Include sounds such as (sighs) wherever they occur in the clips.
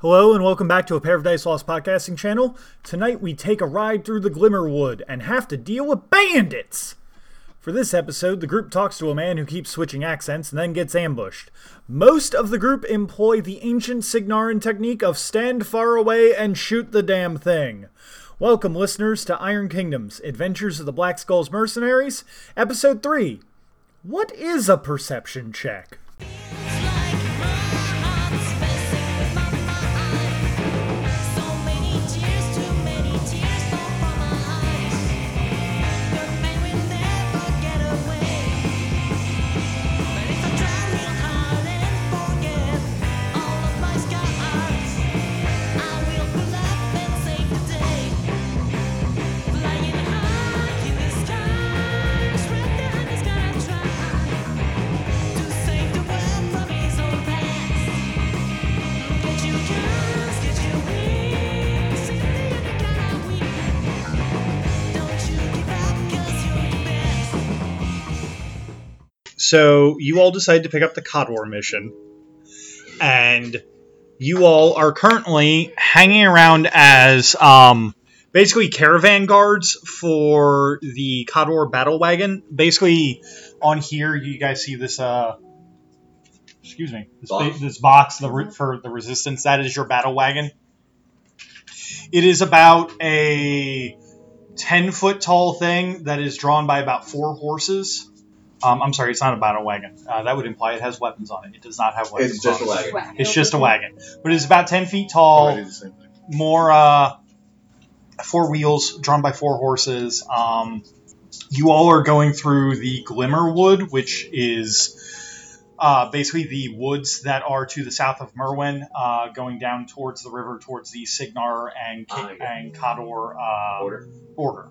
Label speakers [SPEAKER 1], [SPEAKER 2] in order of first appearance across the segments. [SPEAKER 1] Hello and welcome back to a Paradise Lost podcasting channel. Tonight we take a ride through the Glimmerwood and have to deal with bandits. For this episode, the group talks to a man who keeps switching accents and then gets ambushed. Most of the group employ the ancient Signarin technique of stand far away and shoot the damn thing. Welcome, listeners, to Iron Kingdoms Adventures of the Black Skulls Mercenaries, Episode 3. What is a perception check?
[SPEAKER 2] So you all decide to pick up the Cod War mission, and you all are currently hanging around as um, basically caravan guards for the Cod War battle wagon. Basically, on here you guys see this. Uh, excuse me, this box,
[SPEAKER 3] Box.
[SPEAKER 2] this box the re- for the resistance. That is your battle wagon. It is about a ten foot tall thing that is drawn by about four horses. Um, I'm sorry, it's not a battle wagon. Uh, that would imply it has weapons on it. It does not have weapons.
[SPEAKER 3] It's just
[SPEAKER 2] on
[SPEAKER 3] a
[SPEAKER 2] it.
[SPEAKER 3] wagon.
[SPEAKER 2] It's just a wagon, but it's about ten feet tall, more uh, four wheels, drawn by four horses. Um, you all are going through the Glimmerwood, which is uh, basically the woods that are to the south of Merwin, uh, going down towards the river, towards the Signar and Ki-
[SPEAKER 3] Ah, yeah.
[SPEAKER 2] and Cador uh,
[SPEAKER 3] Order.
[SPEAKER 2] order.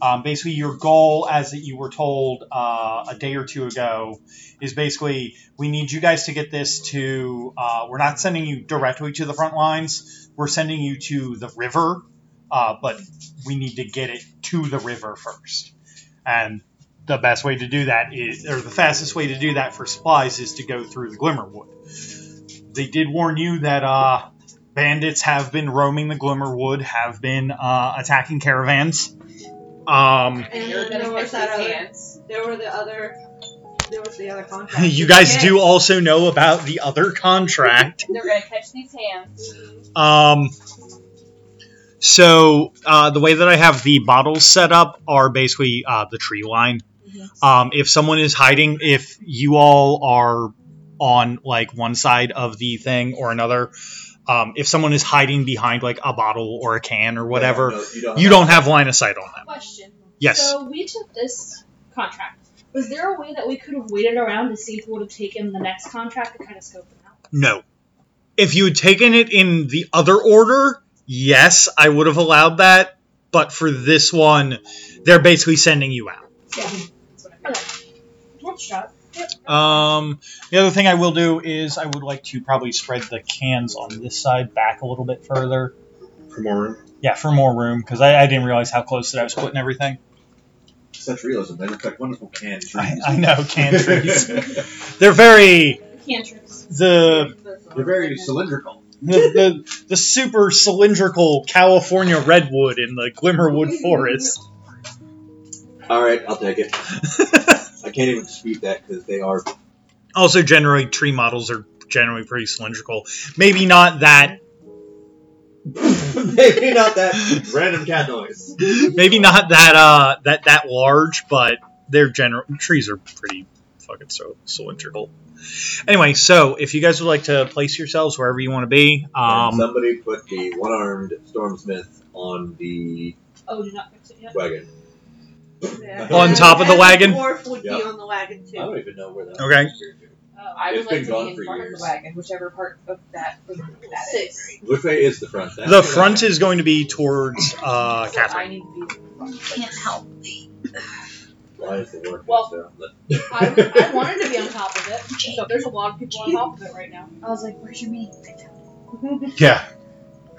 [SPEAKER 2] Um, basically, your goal, as you were told uh, a day or two ago, is basically we need you guys to get this to. Uh, we're not sending you directly to the front lines. We're sending you to the river, uh, but we need to get it to the river first. And the best way to do that is, or the fastest way to do that for supplies, is to go through the Glimmerwood. They did warn you that uh, bandits have been roaming the Glimmerwood, have been uh, attacking caravans. Um, (laughs)
[SPEAKER 4] And
[SPEAKER 5] You're
[SPEAKER 4] then
[SPEAKER 5] gonna
[SPEAKER 4] there was
[SPEAKER 5] fix
[SPEAKER 4] that
[SPEAKER 5] his
[SPEAKER 4] other.
[SPEAKER 5] hands.
[SPEAKER 4] There were the other. There was the other contract.
[SPEAKER 2] (laughs) you guys do also know about the other contract.
[SPEAKER 5] They're gonna catch these hands.
[SPEAKER 2] Um, so uh, the way that I have the bottles set up are basically uh, the tree line. Um, if someone is hiding, if you all are on like one side of the thing or another, um, if someone is hiding behind like a bottle or a can or whatever,
[SPEAKER 3] No, you don't.
[SPEAKER 2] you don't have line of sight on them.
[SPEAKER 6] Question.
[SPEAKER 2] Yes.
[SPEAKER 6] So we took this contract. Was there a way that we could have waited around to see if we would have taken the next contract to kind of scope them out?
[SPEAKER 2] No. If you had taken it in the other order, yes, I would have allowed that. But for this one, they're basically sending you out.
[SPEAKER 6] That's what I meant. One shot.
[SPEAKER 2] Um, the other thing I will do is I would like to probably spread the cans on this side back a little bit further.
[SPEAKER 3] For more room.
[SPEAKER 2] Yeah, for more room because I, I didn't realize how close that I was putting everything. (laughs)
[SPEAKER 3] Such realism. They look like wonderful canned trees.
[SPEAKER 2] I, I know can
[SPEAKER 3] (laughs)
[SPEAKER 2] trees. They're very
[SPEAKER 6] Cantrips.
[SPEAKER 2] the
[SPEAKER 3] They're very cylindrical.
[SPEAKER 2] the, the the super cylindrical California redwood in the Glimmerwood forest. (laughs)
[SPEAKER 3] All right, I'll take it. I can't even dispute that because they are. (laughs)
[SPEAKER 2] also, generally tree models are generally pretty cylindrical. Maybe not that.
[SPEAKER 3] Maybe not that random cat noise.
[SPEAKER 2] Maybe not that uh that that large, but they're general trees are pretty fucking so cylindrical. Anyway, so if you guys would like to place yourselves wherever you want to be,
[SPEAKER 3] And
[SPEAKER 2] um,
[SPEAKER 3] somebody put the one-armed stormsmith on the
[SPEAKER 6] Oh, did not fix it yet.
[SPEAKER 3] wagon.
[SPEAKER 4] Yeah.
[SPEAKER 3] On
[SPEAKER 2] top of the
[SPEAKER 4] And
[SPEAKER 2] wagon?
[SPEAKER 4] dwarf would
[SPEAKER 3] Yeah. Oh,
[SPEAKER 4] be on the wagon
[SPEAKER 3] I
[SPEAKER 4] too.
[SPEAKER 3] don't even know where that.
[SPEAKER 2] Okay.
[SPEAKER 5] Uh, I would
[SPEAKER 3] It's
[SPEAKER 5] like
[SPEAKER 3] been
[SPEAKER 5] to
[SPEAKER 3] gone
[SPEAKER 5] be in
[SPEAKER 3] for
[SPEAKER 5] front
[SPEAKER 3] years.
[SPEAKER 5] of the wagon, whichever part of that that is.
[SPEAKER 4] Six.
[SPEAKER 3] Which way is the front? That's
[SPEAKER 2] the
[SPEAKER 3] what I-
[SPEAKER 2] front is going to be towards uh,
[SPEAKER 5] So I
[SPEAKER 2] Catherine.
[SPEAKER 5] need to be.
[SPEAKER 6] Can't help.
[SPEAKER 3] Why is the work
[SPEAKER 6] Well-
[SPEAKER 3] there? Let-
[SPEAKER 6] I, I wanted to be on top
[SPEAKER 7] (laughs)
[SPEAKER 6] of it. So there's a lot of people on top of it right now.
[SPEAKER 5] I was like, "Where's your meat?
[SPEAKER 2] Yeah.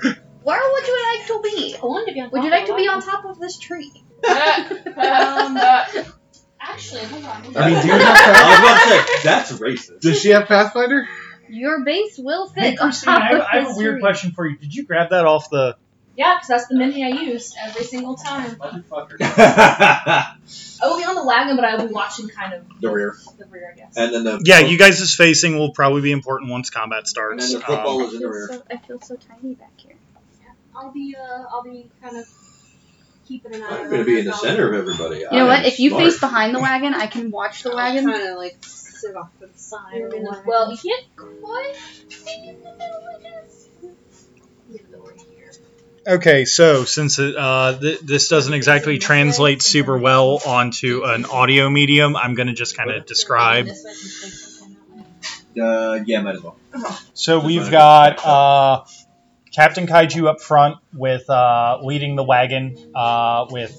[SPEAKER 7] Where would you like to be?
[SPEAKER 6] I wanted to be on top.
[SPEAKER 7] Would you
[SPEAKER 6] of
[SPEAKER 7] like to
[SPEAKER 6] it.
[SPEAKER 7] be on top of this tree?
[SPEAKER 6] um, uh,
[SPEAKER 7] (laughs)
[SPEAKER 6] actually, hold on.
[SPEAKER 8] I mean, do you
[SPEAKER 3] I (laughs)
[SPEAKER 8] have
[SPEAKER 3] was about to say that's racist.
[SPEAKER 8] Does she have Pathfinder? Your base will fit
[SPEAKER 2] Hey,
[SPEAKER 8] on
[SPEAKER 2] Christine,
[SPEAKER 8] top
[SPEAKER 2] I,
[SPEAKER 8] of
[SPEAKER 2] I have
[SPEAKER 8] this
[SPEAKER 2] a weird
[SPEAKER 8] tree.
[SPEAKER 2] question for you. Did you grab that off
[SPEAKER 3] (laughs)
[SPEAKER 2] the
[SPEAKER 6] (laughs) Yeah, because that's the mini I use every single time.
[SPEAKER 2] motherfucker?
[SPEAKER 3] the
[SPEAKER 6] I will be on the wagon, but I will be watching kind of
[SPEAKER 3] rear.
[SPEAKER 6] The rear, yes.
[SPEAKER 3] (laughs) And then the
[SPEAKER 2] Yeah, you guys' facing will probably be important once combat
[SPEAKER 3] And
[SPEAKER 2] starts.
[SPEAKER 3] then the
[SPEAKER 2] Um,
[SPEAKER 3] football
[SPEAKER 8] I
[SPEAKER 3] is in the
[SPEAKER 8] feel,
[SPEAKER 3] rear.
[SPEAKER 8] so, I feel so tiny back here.
[SPEAKER 5] (laughs) I'll be, uh, I'll be kind of keeping an eye.
[SPEAKER 3] I'm
[SPEAKER 5] on
[SPEAKER 3] gonna be in the
[SPEAKER 5] myself.
[SPEAKER 3] center of everybody.
[SPEAKER 8] You know what? If you face behind the wagon, I can watch the
[SPEAKER 5] I'm
[SPEAKER 8] wagon.
[SPEAKER 5] trying to like sit off to the side.
[SPEAKER 6] You're gonna-
[SPEAKER 5] Like,
[SPEAKER 6] well, you can't quite be in the middle, I guess. Get it over here.
[SPEAKER 2] Okay, so since it, uh, th- this doesn't exactly translate super well onto an audio medium, I'm going to just kind of describe.
[SPEAKER 6] This way, this way, something that way.
[SPEAKER 3] Uh, yeah, might as well.
[SPEAKER 2] So we've got uh, Captain Kaiju up front with uh, leading the wagon, uh, with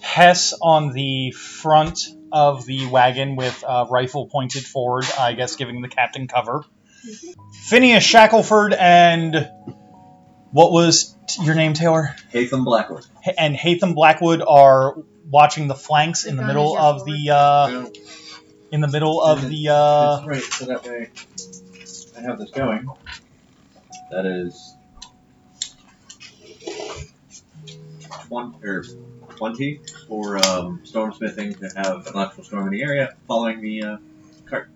[SPEAKER 2] Hess on the front of the wagon with uh, rifle pointed forward, I guess giving the captain cover. Phineas Shackelford and what was t- your name, Taylor?
[SPEAKER 3] Haytham Blackwood.
[SPEAKER 2] H- and Hatham Blackwood are watching the flanks in the middle of the uh,
[SPEAKER 3] Uh,
[SPEAKER 2] in the middle of the uh,
[SPEAKER 3] right, so that way I have this going. That is one or twenty for um, stormsmithing to have an electrical storm in the area, following the uh, cart.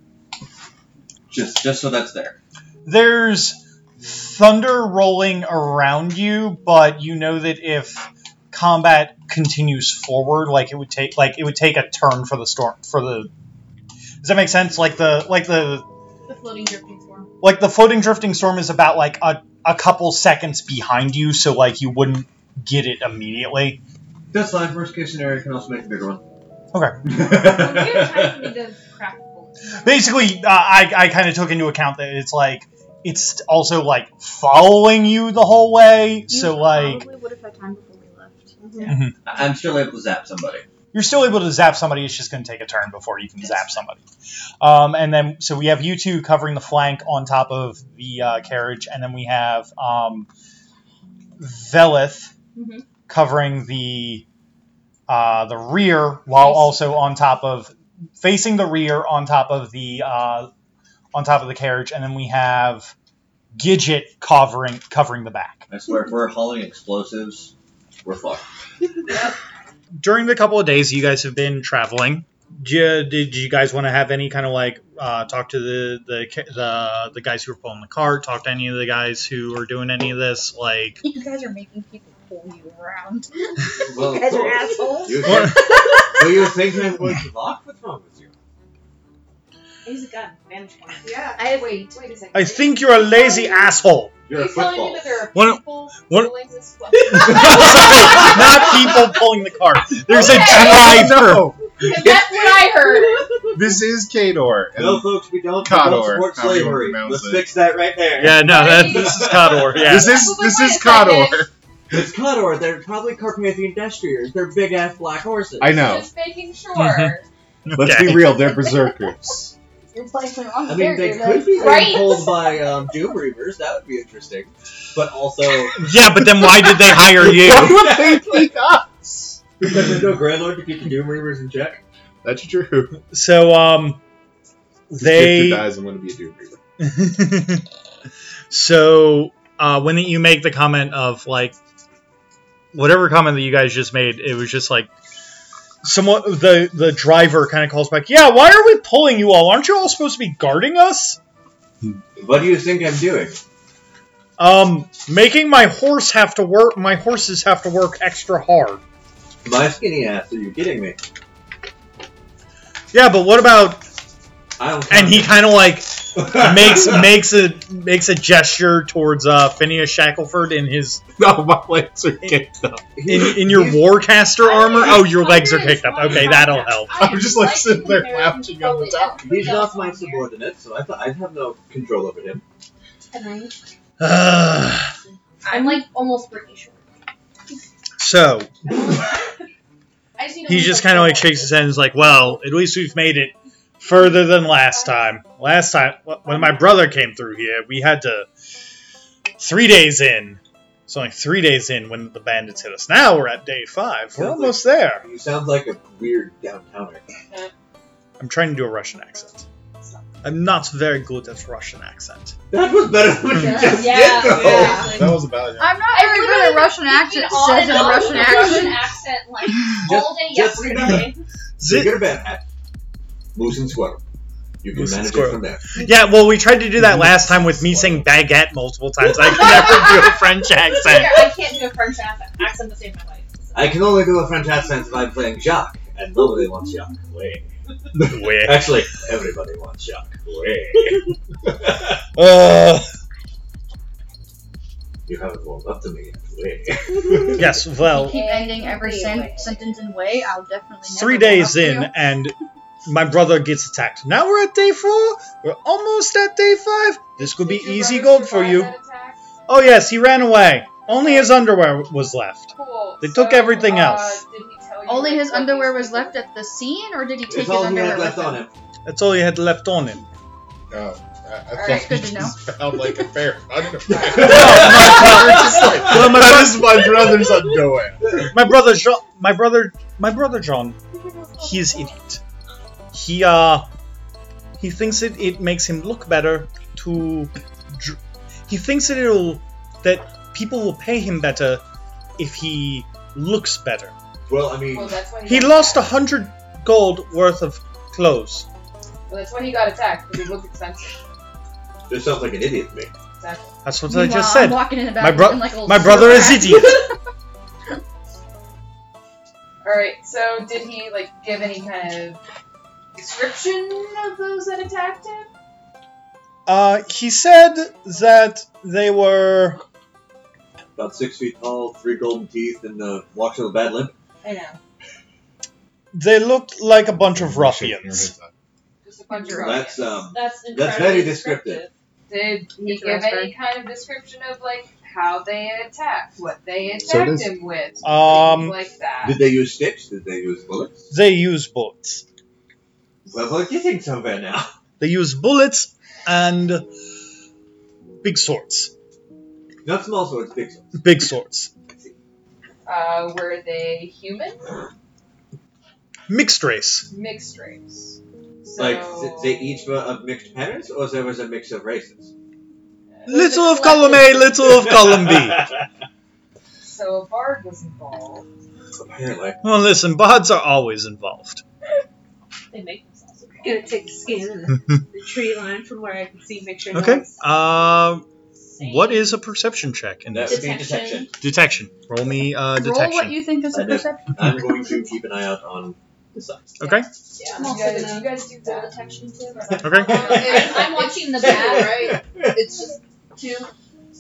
[SPEAKER 3] Just, just so that's there.
[SPEAKER 2] there's thunder rolling around you, but you know that if combat continues forward, like it would take like it would take a turn for the storm for the. Does that make sense? Like the like the
[SPEAKER 6] The floating dripping form.
[SPEAKER 2] like the floating drifting storm is about like a, a couple seconds behind you, so like you wouldn't get it immediately.
[SPEAKER 3] That's fine. Worst case scenario, can also make a bigger one.
[SPEAKER 2] Okay.
[SPEAKER 6] Well, we're
[SPEAKER 9] (laughs)
[SPEAKER 6] trying to be the crack bullets.
[SPEAKER 2] basically uh, I, I kind of took into account that it's like it's also like following you the whole way so like
[SPEAKER 8] probably would have had time before we left.
[SPEAKER 3] I- I'm still able to zap somebody.
[SPEAKER 2] you're still able to zap somebody it's just going to take a turn before you can zap somebody um, and then so we have you two covering the flank on top of the uh, carriage and then we have um, velith
[SPEAKER 6] Mhm.
[SPEAKER 2] covering the uh, the rear while
[SPEAKER 6] Facing.
[SPEAKER 2] also on top of facing the rear on top of the uh, on top of the carriage and then we have gidget covering covering the back
[SPEAKER 3] I swear, if we're hauling explosives, we're fucked.
[SPEAKER 2] during the couple of days you guys have been traveling, do you- did you guys want to have any kind of like uh, talk to the, the ca- the the guys who were pulling the cart? Talk to any of the guys who are doing any of this? Like,
[SPEAKER 8] You guys are making people pull you
[SPEAKER 6] (laughs)
[SPEAKER 8] around.
[SPEAKER 3] Well,
[SPEAKER 8] You guys are assholes.
[SPEAKER 3] You
[SPEAKER 2] Well-
[SPEAKER 3] think, well, you think I would lock? What's wrong with you?
[SPEAKER 6] Use a gun. Vantage point.
[SPEAKER 5] yeah.
[SPEAKER 8] I wait.
[SPEAKER 5] Wait a second.
[SPEAKER 2] I think you're a lazy asshole. (laughs)
[SPEAKER 3] You're a
[SPEAKER 5] He's telling
[SPEAKER 3] football.
[SPEAKER 5] you that there are
[SPEAKER 2] One-
[SPEAKER 5] people
[SPEAKER 2] one- (laughs)
[SPEAKER 5] pulling this fuck-
[SPEAKER 2] Not people pulling the cart. There's a driver.
[SPEAKER 9] No,
[SPEAKER 10] That's what I heard.
[SPEAKER 9] this is Kador. And
[SPEAKER 3] No, folks, we don't
[SPEAKER 9] Condor,
[SPEAKER 3] support
[SPEAKER 9] however you
[SPEAKER 3] slavery.
[SPEAKER 9] pronounce
[SPEAKER 3] Let's
[SPEAKER 9] it.
[SPEAKER 3] fix that right there.
[SPEAKER 2] Yeah, no, that, this is Cador. Yeah,
[SPEAKER 9] (laughs) This is this is
[SPEAKER 10] Wait a
[SPEAKER 9] Kador.
[SPEAKER 3] It's Condor. They're probably Carpathian Destriers. They're big ass black horses.
[SPEAKER 9] (laughs) I know.
[SPEAKER 10] Just making sure.
[SPEAKER 8] (laughs)
[SPEAKER 2] Mhm.
[SPEAKER 9] Let's
[SPEAKER 2] Okay.
[SPEAKER 9] be real, they're berserkers.
[SPEAKER 8] You're placing on
[SPEAKER 3] I mean, they could be
[SPEAKER 10] Right?
[SPEAKER 3] pulled by um, Doom Reavers. That would be interesting. But also,
[SPEAKER 2] yeah, but then (laughs) why did they hire
[SPEAKER 9] Why
[SPEAKER 2] you?
[SPEAKER 9] would they pick us?
[SPEAKER 3] because there's no Grand Lord to keep the Doom Reavers in check.
[SPEAKER 9] That's true. (laughs)
[SPEAKER 2] So, um,
[SPEAKER 9] If
[SPEAKER 2] they
[SPEAKER 9] Victor dies, I'm gonna be a doom reaper.
[SPEAKER 2] (laughs) so uh, when you make the comment of like whatever comment that you guys just made it was just like somewhat the the driver kind of calls back yeah why are we pulling you all aren't you all supposed to be guarding us
[SPEAKER 3] What do you think I'm doing?
[SPEAKER 2] um making my horse have to work my horses have to work extra hard
[SPEAKER 3] My skinny ass? Are you kidding me?
[SPEAKER 2] yeah but what about
[SPEAKER 3] I don't.
[SPEAKER 2] and he kind of like (laughs)
[SPEAKER 3] (laughs)
[SPEAKER 2] makes makes a makes a gesture towards uh phineas shackelford in his
[SPEAKER 9] (laughs) No, my legs are kicked up.
[SPEAKER 2] in, in your
[SPEAKER 3] He's-
[SPEAKER 2] warcaster armor oh your
[SPEAKER 6] I'm
[SPEAKER 2] legs are
[SPEAKER 6] gonna
[SPEAKER 2] kicked up
[SPEAKER 6] try
[SPEAKER 2] okay
[SPEAKER 6] that.
[SPEAKER 2] that'll help
[SPEAKER 6] I
[SPEAKER 9] I'm just, like,
[SPEAKER 6] to
[SPEAKER 9] sitting there
[SPEAKER 6] compare it to
[SPEAKER 9] lounging on the
[SPEAKER 6] probably
[SPEAKER 9] dock.
[SPEAKER 6] everybody
[SPEAKER 3] He's not
[SPEAKER 6] else
[SPEAKER 3] my
[SPEAKER 6] on here.
[SPEAKER 3] subordinate, so I, th- I have no control over him. (laughs)
[SPEAKER 6] And
[SPEAKER 2] Ugh.
[SPEAKER 6] I'm like almost Britney sure.
[SPEAKER 2] (sighs) So
[SPEAKER 6] I just need to
[SPEAKER 2] he
[SPEAKER 6] leave
[SPEAKER 2] just
[SPEAKER 6] the
[SPEAKER 2] kind of like
[SPEAKER 6] door.
[SPEAKER 2] shakes his head and is like, "Well, at least we've made it further than last time. Last time, wh- when my brother came through here, we had to three days in. It's only three days in when the bandits hit us. Now we're at day five. We're almost there.
[SPEAKER 3] You sound like a weird downtowner.
[SPEAKER 2] I'm trying to do a Russian accent.
[SPEAKER 6] Stop.
[SPEAKER 11] I'm not very good at Russian accent.
[SPEAKER 3] That was better than what you
[SPEAKER 4] Yeah.
[SPEAKER 3] just
[SPEAKER 4] Yeah,
[SPEAKER 3] did, though.
[SPEAKER 4] yeah.
[SPEAKER 9] That was a bad job.
[SPEAKER 8] I'm not very good at Russian
[SPEAKER 6] Speaking
[SPEAKER 8] accent.
[SPEAKER 6] all
[SPEAKER 8] Says
[SPEAKER 6] in
[SPEAKER 8] in
[SPEAKER 6] all
[SPEAKER 8] Russian
[SPEAKER 6] with a Russian
[SPEAKER 8] accent.
[SPEAKER 6] accent, like
[SPEAKER 3] Just-
[SPEAKER 6] all day
[SPEAKER 3] just
[SPEAKER 6] yesterday.
[SPEAKER 3] Take
[SPEAKER 11] Zi-
[SPEAKER 3] it to bed, Hat. Loose and squirrel. You can
[SPEAKER 11] Loose and
[SPEAKER 3] manage
[SPEAKER 11] squirrel.
[SPEAKER 3] it from there.
[SPEAKER 2] Yeah, well, we tried to do that last time with me saying baguette multiple times.
[SPEAKER 5] (laughs)
[SPEAKER 2] I can never do a French accent.
[SPEAKER 6] I can't do a French accent, accent to save my life.
[SPEAKER 3] I can only do a French accent if I'm playing Jacques, and nobody wants Jacques. Way. (laughs)
[SPEAKER 2] Wait.
[SPEAKER 3] Actually, everybody wants Jacques. Way.
[SPEAKER 11] Uh,
[SPEAKER 3] You haven't warmed up to me yet. Way.
[SPEAKER 2] Yes, well,
[SPEAKER 8] Keep ending every sen- sentence in way. I'll definitely. Never
[SPEAKER 2] three
[SPEAKER 8] warm up
[SPEAKER 2] days
[SPEAKER 8] to
[SPEAKER 2] in,
[SPEAKER 8] you.
[SPEAKER 2] and my brother gets attacked. Now we're at day four. We're almost at day five. This could be
[SPEAKER 5] Did your
[SPEAKER 2] easy
[SPEAKER 5] brother
[SPEAKER 2] gold for
[SPEAKER 5] survive
[SPEAKER 2] you.
[SPEAKER 5] that attack?
[SPEAKER 2] Oh, yes, he ran away. Only his underwear was left.
[SPEAKER 5] Cool.
[SPEAKER 2] They took
[SPEAKER 5] So,
[SPEAKER 2] everything
[SPEAKER 5] uh,
[SPEAKER 2] else.
[SPEAKER 5] did he tell you,
[SPEAKER 8] Only
[SPEAKER 5] like,
[SPEAKER 8] his
[SPEAKER 5] what
[SPEAKER 8] underwear
[SPEAKER 5] these
[SPEAKER 8] was
[SPEAKER 5] people-
[SPEAKER 8] left at the scene, or did he take
[SPEAKER 3] It's
[SPEAKER 8] his
[SPEAKER 3] all he
[SPEAKER 8] underwear
[SPEAKER 3] had
[SPEAKER 8] with
[SPEAKER 3] left
[SPEAKER 8] him?
[SPEAKER 3] on him.
[SPEAKER 2] That's all he had left on him.
[SPEAKER 9] Oh, I, I thought
[SPEAKER 8] right,
[SPEAKER 9] you
[SPEAKER 8] (laughs) good to know.
[SPEAKER 9] just found like a pair of underwear.
[SPEAKER 2] Well, my,
[SPEAKER 9] that is my brother's underwear.
[SPEAKER 2] bro- my brother, John, my brother, my brother John, he's idiot. He uh, he thinks it it makes him look better to. Dr- he thinks that it'll that people will pay him better if he looks better.
[SPEAKER 3] Well, I mean,
[SPEAKER 5] Well, that's why
[SPEAKER 2] He
[SPEAKER 5] got
[SPEAKER 2] lost a
[SPEAKER 5] attacked.
[SPEAKER 2] hundred gold worth of clothes.
[SPEAKER 5] Well, that's why he got attacked because he looked expensive.
[SPEAKER 3] this sounds like an idiot to me.
[SPEAKER 5] Exactly.
[SPEAKER 2] That's what I
[SPEAKER 8] Meanwhile,
[SPEAKER 2] just
[SPEAKER 8] I'm
[SPEAKER 2] said.
[SPEAKER 8] walking in the back
[SPEAKER 2] My bro-
[SPEAKER 8] looking like a little
[SPEAKER 2] My brother is
[SPEAKER 8] silver
[SPEAKER 2] idiot.
[SPEAKER 5] All right. So, did he like give any kind of description of those that attacked him?
[SPEAKER 2] Uh, he said that they were.
[SPEAKER 3] About six feet tall, three golden teeth, and uh, walks with a bad limp.
[SPEAKER 5] I know.
[SPEAKER 2] They looked like a bunch of ruffians.
[SPEAKER 5] Just a bunch of
[SPEAKER 3] That's
[SPEAKER 5] ruffians.
[SPEAKER 3] um.
[SPEAKER 6] That's
[SPEAKER 3] That's very descriptive.
[SPEAKER 5] Did he
[SPEAKER 8] It's
[SPEAKER 5] give any
[SPEAKER 8] raspberry.
[SPEAKER 5] kind of description of like how they attacked, what they attacked
[SPEAKER 9] So it is-
[SPEAKER 5] him with,
[SPEAKER 2] Um,
[SPEAKER 5] things like that?
[SPEAKER 3] Did they use sticks? Did they use bullets?
[SPEAKER 2] They use bullets.
[SPEAKER 3] Sounds like you think somewhere now. (laughs)
[SPEAKER 2] They use bullets and big swords.
[SPEAKER 3] Not small swords, big swords.
[SPEAKER 2] Big swords.
[SPEAKER 5] Uh, were they human,
[SPEAKER 2] Mixed race.
[SPEAKER 5] mixed race? So,
[SPEAKER 3] Like th- they each were of mixed parents, or there was a mix of races.
[SPEAKER 2] Little of column A, little of column
[SPEAKER 9] (laughs)
[SPEAKER 2] B.
[SPEAKER 5] So a bard was involved.
[SPEAKER 3] (laughs) Apparently,
[SPEAKER 2] Well, listen, bards are always (laughs) involved.
[SPEAKER 6] They make themselves.
[SPEAKER 4] I'm gonna take the scan and the tree line from where I can see, make sure. no
[SPEAKER 2] okay.
[SPEAKER 4] one's-
[SPEAKER 2] Uh, what is a perception check? And
[SPEAKER 3] that
[SPEAKER 2] that's
[SPEAKER 3] would be detection.
[SPEAKER 2] detection. Roll me uh,
[SPEAKER 8] hat. Roll what
[SPEAKER 2] detection.
[SPEAKER 8] you think is
[SPEAKER 3] I
[SPEAKER 8] a
[SPEAKER 3] know.
[SPEAKER 8] perception.
[SPEAKER 3] I'm going to keep an eye out on the sides.
[SPEAKER 2] Okay.
[SPEAKER 5] Yeah,
[SPEAKER 6] I'm
[SPEAKER 5] you
[SPEAKER 6] also
[SPEAKER 5] guys,
[SPEAKER 6] gonna
[SPEAKER 5] you guys do
[SPEAKER 6] Full
[SPEAKER 5] that.
[SPEAKER 6] detection too.
[SPEAKER 3] (laughs)
[SPEAKER 2] Okay.
[SPEAKER 6] I'm, I'm watching the (laughs) bad.
[SPEAKER 5] right?
[SPEAKER 6] It's just two.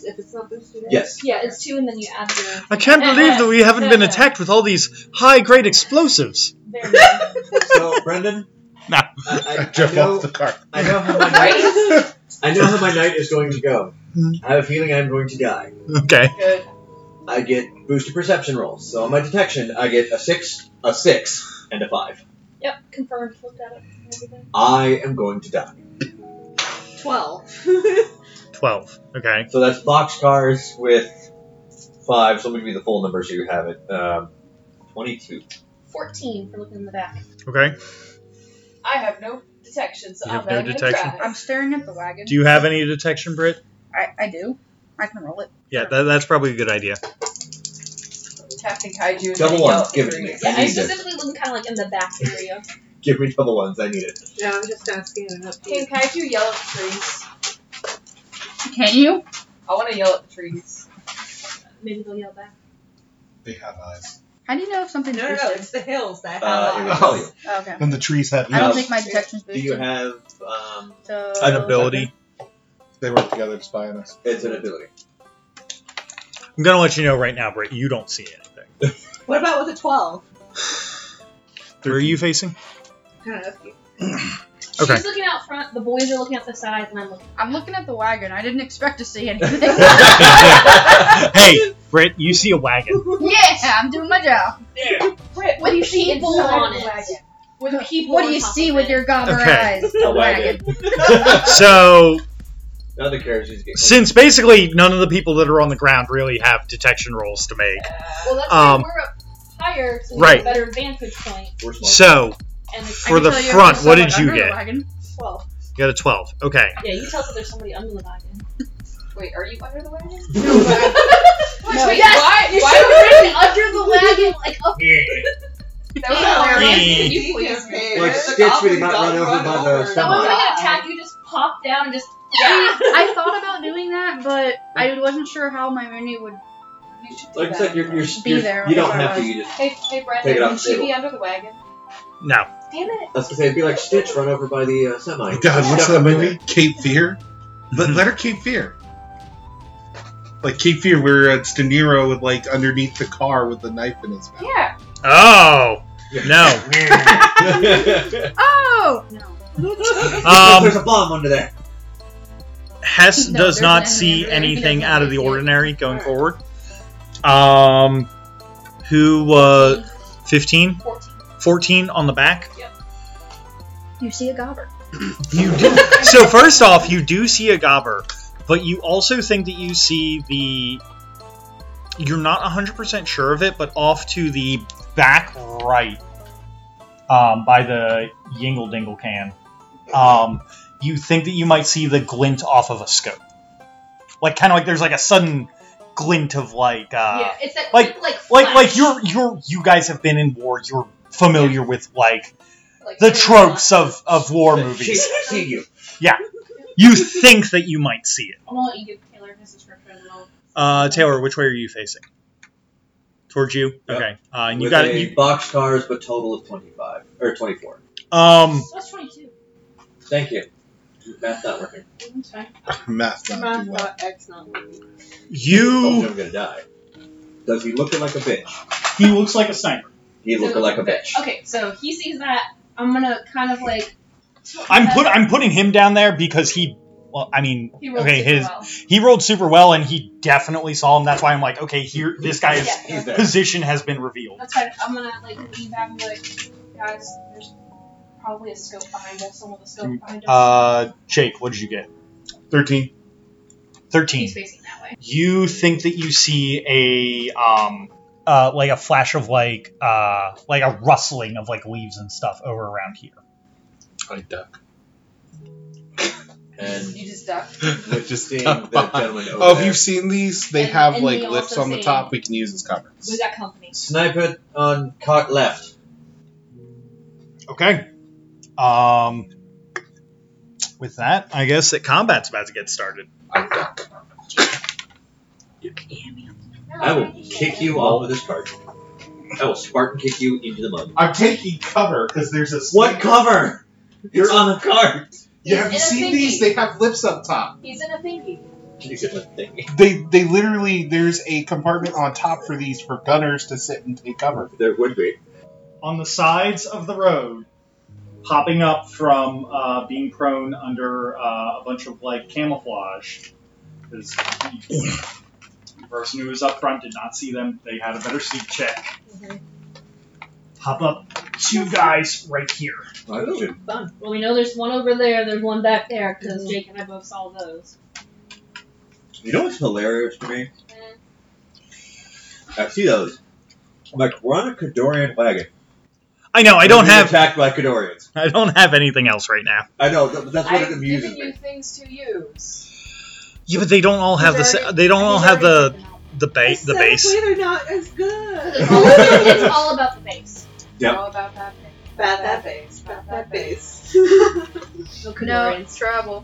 [SPEAKER 6] If it's not this two.
[SPEAKER 4] (laughs)
[SPEAKER 3] Yes.
[SPEAKER 6] Yeah, it's two, and then you add the. (laughs)
[SPEAKER 2] I can't believe that we haven't (laughs) been attacked with all these high-grade explosives.
[SPEAKER 6] There we go.
[SPEAKER 3] So Brendan.
[SPEAKER 2] No.
[SPEAKER 3] I, I, I,
[SPEAKER 9] Jeff off
[SPEAKER 3] know,
[SPEAKER 9] the cart.
[SPEAKER 3] I know how my night. I know how my night is going to go. I have a feeling I'm going to die.
[SPEAKER 2] Okay.
[SPEAKER 5] Good.
[SPEAKER 3] I get boosted perception rolls. So on my detection, I get a six, a six, and a five.
[SPEAKER 6] Yep, confirmed. Looked at it. and everything.
[SPEAKER 3] I am going to die.
[SPEAKER 6] Twelve.
[SPEAKER 2] Twelve. Okay.
[SPEAKER 3] So that's boxcars with five. So I'm going to give you the full number so you have it. Um, 22.
[SPEAKER 6] Fourteen for looking in the back.
[SPEAKER 2] Okay.
[SPEAKER 5] I have no detection, so
[SPEAKER 2] You
[SPEAKER 5] I'm
[SPEAKER 2] have no
[SPEAKER 5] not even
[SPEAKER 2] detection.
[SPEAKER 5] trying.
[SPEAKER 8] I'm staring at the wagon.
[SPEAKER 2] Do you have any detection, Brit?
[SPEAKER 8] I, I do. I can roll it.
[SPEAKER 2] Yeah, that, that's probably a good idea.
[SPEAKER 5] Captain Kaiju. and
[SPEAKER 3] Double
[SPEAKER 5] Betty
[SPEAKER 3] one.
[SPEAKER 5] Yelp.
[SPEAKER 3] Give it to me.
[SPEAKER 6] Yeah,
[SPEAKER 3] I
[SPEAKER 6] I
[SPEAKER 3] need it.
[SPEAKER 6] specifically looking kind of like in the back (laughs) area.
[SPEAKER 3] Give me double ones. I need it.
[SPEAKER 4] No, I'm just gonna scan and look.
[SPEAKER 5] Can Kaiju yell at the trees?
[SPEAKER 8] Can you?
[SPEAKER 5] I want to yell at the trees.
[SPEAKER 6] Maybe they'll yell back.
[SPEAKER 9] They have eyes.
[SPEAKER 8] How do you know if something's
[SPEAKER 4] No, no, no,
[SPEAKER 8] boosted?
[SPEAKER 4] it's the hills that have
[SPEAKER 3] Uh, it
[SPEAKER 4] eyes.
[SPEAKER 3] will tell you.
[SPEAKER 8] Oh, okay.
[SPEAKER 9] And the trees have
[SPEAKER 8] I don't
[SPEAKER 3] Um,
[SPEAKER 9] ears.
[SPEAKER 8] think my detection's
[SPEAKER 3] Do
[SPEAKER 8] boosted.
[SPEAKER 3] you have. Um,
[SPEAKER 8] so,
[SPEAKER 2] An ability.
[SPEAKER 9] They work together to spy on us.
[SPEAKER 3] it's an ability. (laughs)
[SPEAKER 2] I'm gonna let you know right now, Brit. You don't see anything.
[SPEAKER 4] What about with a twelve?
[SPEAKER 2] Where are you facing?
[SPEAKER 4] I don't know if you-
[SPEAKER 2] Okay.
[SPEAKER 6] She's looking out front. The boys are looking out the sides, and I'm looking.
[SPEAKER 8] I'm looking at the wagon. I didn't expect
[SPEAKER 3] (laughs)
[SPEAKER 8] to see anything.
[SPEAKER 2] hey, Brit, you see a
[SPEAKER 8] (laughs)
[SPEAKER 2] wagon.
[SPEAKER 8] yeah, I'm doing my job.
[SPEAKER 4] (laughs)
[SPEAKER 5] Brit,
[SPEAKER 6] What do you see
[SPEAKER 5] people
[SPEAKER 6] inside
[SPEAKER 5] on
[SPEAKER 6] the
[SPEAKER 5] it?
[SPEAKER 6] wagon?
[SPEAKER 5] With people
[SPEAKER 8] What do
[SPEAKER 6] on
[SPEAKER 8] you
[SPEAKER 6] top
[SPEAKER 8] see
[SPEAKER 6] of
[SPEAKER 8] with
[SPEAKER 6] it.
[SPEAKER 8] your gobber
[SPEAKER 2] Okay.
[SPEAKER 8] eyes?
[SPEAKER 3] A
[SPEAKER 4] (laughs)
[SPEAKER 3] wagon.
[SPEAKER 2] So,
[SPEAKER 3] Other characters get.
[SPEAKER 2] since basically none of the people that are on the ground really have detection rolls to make,
[SPEAKER 6] Well, that's
[SPEAKER 2] Um,
[SPEAKER 6] why we're up higher, so we
[SPEAKER 2] right.
[SPEAKER 6] have a better vantage point,
[SPEAKER 3] We're smart.
[SPEAKER 2] so
[SPEAKER 6] and it's
[SPEAKER 2] For
[SPEAKER 8] I can
[SPEAKER 2] the
[SPEAKER 8] tell you
[SPEAKER 2] front,
[SPEAKER 8] if
[SPEAKER 2] what
[SPEAKER 8] there's
[SPEAKER 2] did you
[SPEAKER 8] (laughs) someone under the
[SPEAKER 2] get?
[SPEAKER 8] wagon.
[SPEAKER 6] twelve.
[SPEAKER 2] got a 12. Okay.
[SPEAKER 6] Yeah, you tell us that there's somebody under the wagon.
[SPEAKER 5] Wait, are you under the wagon?
[SPEAKER 6] No.
[SPEAKER 5] Wait,
[SPEAKER 6] Yes!
[SPEAKER 5] why?
[SPEAKER 6] You
[SPEAKER 5] why
[SPEAKER 6] should
[SPEAKER 5] would-
[SPEAKER 6] have written under the wagon, like
[SPEAKER 2] (laughs)
[SPEAKER 6] up.
[SPEAKER 5] That
[SPEAKER 4] Oh,
[SPEAKER 5] was hilarious.
[SPEAKER 2] Yeah.
[SPEAKER 5] Can you please
[SPEAKER 3] Like Stitch when he got run over by the
[SPEAKER 6] Someone's
[SPEAKER 4] Oh,
[SPEAKER 3] semi.
[SPEAKER 6] gonna attack you, just pop down and just.
[SPEAKER 5] Yeah. (laughs)
[SPEAKER 8] I thought about doing that, but I wasn't sure how my menu would.
[SPEAKER 5] You should do
[SPEAKER 3] Like I
[SPEAKER 5] that.
[SPEAKER 3] said, you're, you're,
[SPEAKER 8] Be
[SPEAKER 3] you're,
[SPEAKER 8] there
[SPEAKER 3] you don't
[SPEAKER 8] whenever
[SPEAKER 3] have
[SPEAKER 8] I
[SPEAKER 3] to. You just.
[SPEAKER 5] Hey, hey,
[SPEAKER 3] Take it
[SPEAKER 5] Brandon,
[SPEAKER 3] off
[SPEAKER 5] would
[SPEAKER 3] the
[SPEAKER 5] she
[SPEAKER 3] table.
[SPEAKER 5] be under the wagon?
[SPEAKER 2] No.
[SPEAKER 5] Damn it.
[SPEAKER 3] I was gonna say, it'd be like Stitch run over by the uh, semi.
[SPEAKER 9] Oh, God, what's
[SPEAKER 3] Stuck
[SPEAKER 9] that
[SPEAKER 3] up in
[SPEAKER 9] movie? Cape Fear. Let, let her Cape Fear. Like Cape Fear, where it's De Niro with like underneath the car with the knife in his mouth.
[SPEAKER 5] Yeah.
[SPEAKER 2] Oh!
[SPEAKER 8] (laughs)
[SPEAKER 2] No.
[SPEAKER 3] there.
[SPEAKER 8] Oh no!
[SPEAKER 2] Um,
[SPEAKER 3] (laughs) There's a bomb under there.
[SPEAKER 2] Hess
[SPEAKER 8] No,
[SPEAKER 2] does
[SPEAKER 8] there's
[SPEAKER 2] not
[SPEAKER 8] nothing
[SPEAKER 2] see
[SPEAKER 8] under there.
[SPEAKER 2] anything out of the
[SPEAKER 8] Yeah.
[SPEAKER 2] ordinary going forward. Um, who, uh, 15?
[SPEAKER 5] 14.
[SPEAKER 2] 14 on the back?
[SPEAKER 8] You see a gobber.
[SPEAKER 2] You do. so first off, you do see a gobber, but you also think that you see the. You're not 100% sure of it, but off to the back right, um, by the Yingle Dingle can, um, you think that you might see the glint off of a scope, like kind of like there's like a sudden glint of like uh,
[SPEAKER 6] yeah, it's that
[SPEAKER 2] like-
[SPEAKER 6] quick, like
[SPEAKER 2] like like
[SPEAKER 6] flash.
[SPEAKER 2] you're you're you guys have been in war, you're familiar with like
[SPEAKER 5] Like,
[SPEAKER 2] the tropes of of
[SPEAKER 3] (laughs)
[SPEAKER 2] war movies
[SPEAKER 3] She, see you.
[SPEAKER 2] you think that you might see it.
[SPEAKER 6] I won't let you give Taylor his description. and I'll-
[SPEAKER 2] Uh, Taylor, which way are you facing? Towards you.
[SPEAKER 3] Yeah.
[SPEAKER 2] Okay. Uh, and you
[SPEAKER 3] With
[SPEAKER 2] got
[SPEAKER 3] a
[SPEAKER 2] it. You,
[SPEAKER 3] box cars, but total of 25. Or 24.
[SPEAKER 2] um,
[SPEAKER 6] That's 22.
[SPEAKER 3] Thank you. That's not working.
[SPEAKER 9] Math not too well.
[SPEAKER 4] Not X, not working.
[SPEAKER 3] Told you
[SPEAKER 2] you.
[SPEAKER 3] I'm gonna die. Does he look like a
[SPEAKER 2] (laughs)
[SPEAKER 3] bitch?
[SPEAKER 2] He looks like a sniper.
[SPEAKER 3] He look
[SPEAKER 6] So-
[SPEAKER 3] like a bitch.
[SPEAKER 6] Okay, so he sees that. I'm gonna kind of like.
[SPEAKER 2] I'm put. I'm putting him down there because he. Well, I mean,
[SPEAKER 6] He rolled
[SPEAKER 2] okay,
[SPEAKER 6] super
[SPEAKER 2] his
[SPEAKER 6] well.
[SPEAKER 2] he rolled super well, and he definitely saw him. That's why I'm like, okay, here, this guy's
[SPEAKER 6] Yeah.
[SPEAKER 3] He's there.
[SPEAKER 2] position has been revealed.
[SPEAKER 6] That's right. I'm gonna like lean back and be like, guys, there's probably a scope behind us. Someone with a scope behind us.
[SPEAKER 2] Uh, Jake, what did you get?
[SPEAKER 9] Thirteen.
[SPEAKER 2] Thirteen.
[SPEAKER 6] He's facing that way.
[SPEAKER 2] you think that you see a um uh like a flash of like uh like a rustling of like leaves and stuff over around here.
[SPEAKER 9] I duck.
[SPEAKER 3] And
[SPEAKER 5] You just duck.
[SPEAKER 3] with just seeing that gentleman over
[SPEAKER 9] Oh, have
[SPEAKER 3] there,
[SPEAKER 9] you seen these? They
[SPEAKER 6] And-
[SPEAKER 9] have
[SPEAKER 6] and
[SPEAKER 9] like
[SPEAKER 6] we
[SPEAKER 9] lips
[SPEAKER 6] also
[SPEAKER 9] on the
[SPEAKER 6] see-
[SPEAKER 9] top. We can use as
[SPEAKER 6] We
[SPEAKER 9] covers.
[SPEAKER 6] got company.
[SPEAKER 3] Snipe it on cart left.
[SPEAKER 2] Okay. Um with that, I guess that combat's about to get started.
[SPEAKER 9] I duck.
[SPEAKER 3] I will kick you off of this cart. I will Spartan kick you into the mud.
[SPEAKER 9] I'm taking cover because there's a.
[SPEAKER 3] What cover? You're on the (laughs) cart.
[SPEAKER 9] You
[SPEAKER 5] He's
[SPEAKER 9] have
[SPEAKER 5] in
[SPEAKER 9] you
[SPEAKER 5] a
[SPEAKER 9] seen
[SPEAKER 5] thingy.
[SPEAKER 9] these? They have lips up top.
[SPEAKER 5] He's in a thingy.
[SPEAKER 3] You get the thing.
[SPEAKER 9] They they literally there's a compartment on top for these for gunners to sit and take cover.
[SPEAKER 3] There would be.
[SPEAKER 2] On the sides of the road, popping up from uh, being prone under uh, a bunch of like camouflage. Because the person who was up front did not see them. They had a better seat check. Pop up two guys right here.
[SPEAKER 3] I don't know.
[SPEAKER 4] Fun.
[SPEAKER 6] Well, we know there's one over there. There's one back there because Jake and I both saw those.
[SPEAKER 3] You know what's hilarious to me? I see those. I'm like, we're on a Cadorian wagon.
[SPEAKER 2] I know. I
[SPEAKER 3] We're
[SPEAKER 2] don't
[SPEAKER 3] being
[SPEAKER 2] have.
[SPEAKER 3] attacked by Cadorians.
[SPEAKER 2] I don't have anything else right now.
[SPEAKER 3] I know. th- That's what it
[SPEAKER 5] I've given
[SPEAKER 3] amuses
[SPEAKER 5] you
[SPEAKER 3] me.
[SPEAKER 5] things to use.
[SPEAKER 2] Yeah, but they don't all have the.
[SPEAKER 5] He's
[SPEAKER 2] sa- They don't all have the the base. The
[SPEAKER 4] So
[SPEAKER 2] base.
[SPEAKER 4] They're not as good.
[SPEAKER 6] It's all,
[SPEAKER 3] (laughs)
[SPEAKER 6] it's all about the base.
[SPEAKER 3] Yep.
[SPEAKER 5] All about that base.
[SPEAKER 4] Bad that base. Bad that base.
[SPEAKER 6] No,
[SPEAKER 8] No,
[SPEAKER 6] Cadorians.
[SPEAKER 8] it's travel.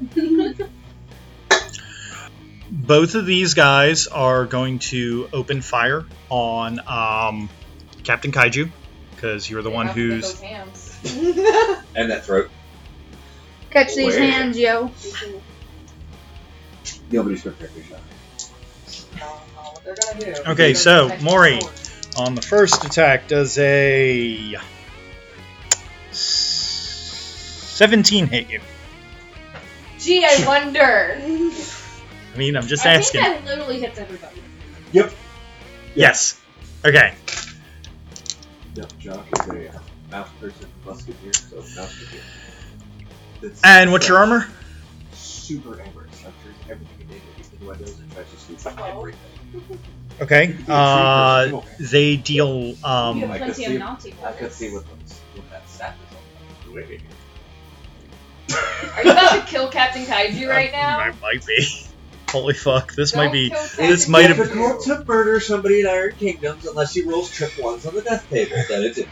[SPEAKER 2] Both of these guys are going to open fire on um, Captain Kaiju because you're the one
[SPEAKER 5] Have to get
[SPEAKER 2] who's
[SPEAKER 5] those hams.
[SPEAKER 3] (laughs)
[SPEAKER 4] (laughs)
[SPEAKER 3] And that throat.
[SPEAKER 8] Catch these
[SPEAKER 3] Where?
[SPEAKER 8] hands, yo.
[SPEAKER 3] Nobody's prepared for shot.
[SPEAKER 5] I don't know what they're gonna do.
[SPEAKER 2] Okay,
[SPEAKER 5] They're
[SPEAKER 2] so,
[SPEAKER 5] gonna protect the
[SPEAKER 2] Maury.
[SPEAKER 5] sword.
[SPEAKER 2] on the first attack does a s- seventeen hit you.
[SPEAKER 5] Gee, I wonder.
[SPEAKER 2] I mean, I'm just
[SPEAKER 6] I
[SPEAKER 2] asking.
[SPEAKER 6] think that literally hits everybody.
[SPEAKER 2] Yes. Okay.
[SPEAKER 3] No, Jock is a uh, mouse person, musketeer, so musketeer. That's-
[SPEAKER 2] And what's your armor?
[SPEAKER 3] Super armor structures, everything it did, it did windows and tries to sleep on everything.
[SPEAKER 2] Okay.
[SPEAKER 3] You
[SPEAKER 2] Uh,
[SPEAKER 3] could be a tree person,
[SPEAKER 2] they deal.
[SPEAKER 6] You
[SPEAKER 2] Um,
[SPEAKER 6] have
[SPEAKER 3] I could
[SPEAKER 6] plenty
[SPEAKER 3] see-
[SPEAKER 6] of Nazi
[SPEAKER 3] you know. I could
[SPEAKER 6] weapons.
[SPEAKER 3] see what, those- what that sap is all about.
[SPEAKER 5] Are you about to kill Captain Kaiju right
[SPEAKER 2] I
[SPEAKER 5] now?
[SPEAKER 2] might be. (laughs) Holy fuck! Uh, This might
[SPEAKER 5] Don't
[SPEAKER 2] be.
[SPEAKER 5] kill
[SPEAKER 2] this
[SPEAKER 5] Captain
[SPEAKER 2] (laughs) might have-
[SPEAKER 3] difficult to murder somebody in Iron Kingdoms unless you rolls trip ones on the death table. That is it.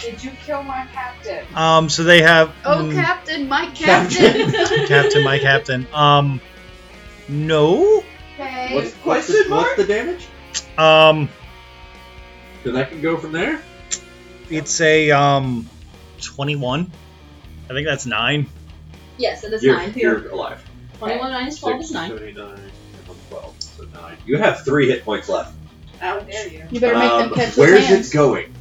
[SPEAKER 5] Did you kill my captain?
[SPEAKER 6] (laughs)
[SPEAKER 2] Um. So they have.
[SPEAKER 8] Oh,
[SPEAKER 2] mm,
[SPEAKER 8] Captain, my
[SPEAKER 3] Captain. (laughs)
[SPEAKER 8] (laughs) Captain.
[SPEAKER 2] Captain, my captain. Um. No.
[SPEAKER 5] Okay.
[SPEAKER 3] What's, what's, the, what's the damage?
[SPEAKER 2] Um.
[SPEAKER 3] Because I can go from there.
[SPEAKER 2] It's a um. Twenty-one. I think that's nine.
[SPEAKER 6] Yes, it is
[SPEAKER 3] you're,
[SPEAKER 6] 9
[SPEAKER 3] you're alive.
[SPEAKER 6] 21 minus 12
[SPEAKER 3] Six,
[SPEAKER 6] is 9.
[SPEAKER 3] seven, eight, nine, ten, eleven, twelve, so nine. You have three hit points left.
[SPEAKER 5] How dare you?
[SPEAKER 8] You better make
[SPEAKER 3] Um,
[SPEAKER 8] them catch the
[SPEAKER 3] where's
[SPEAKER 8] hands.
[SPEAKER 3] it going?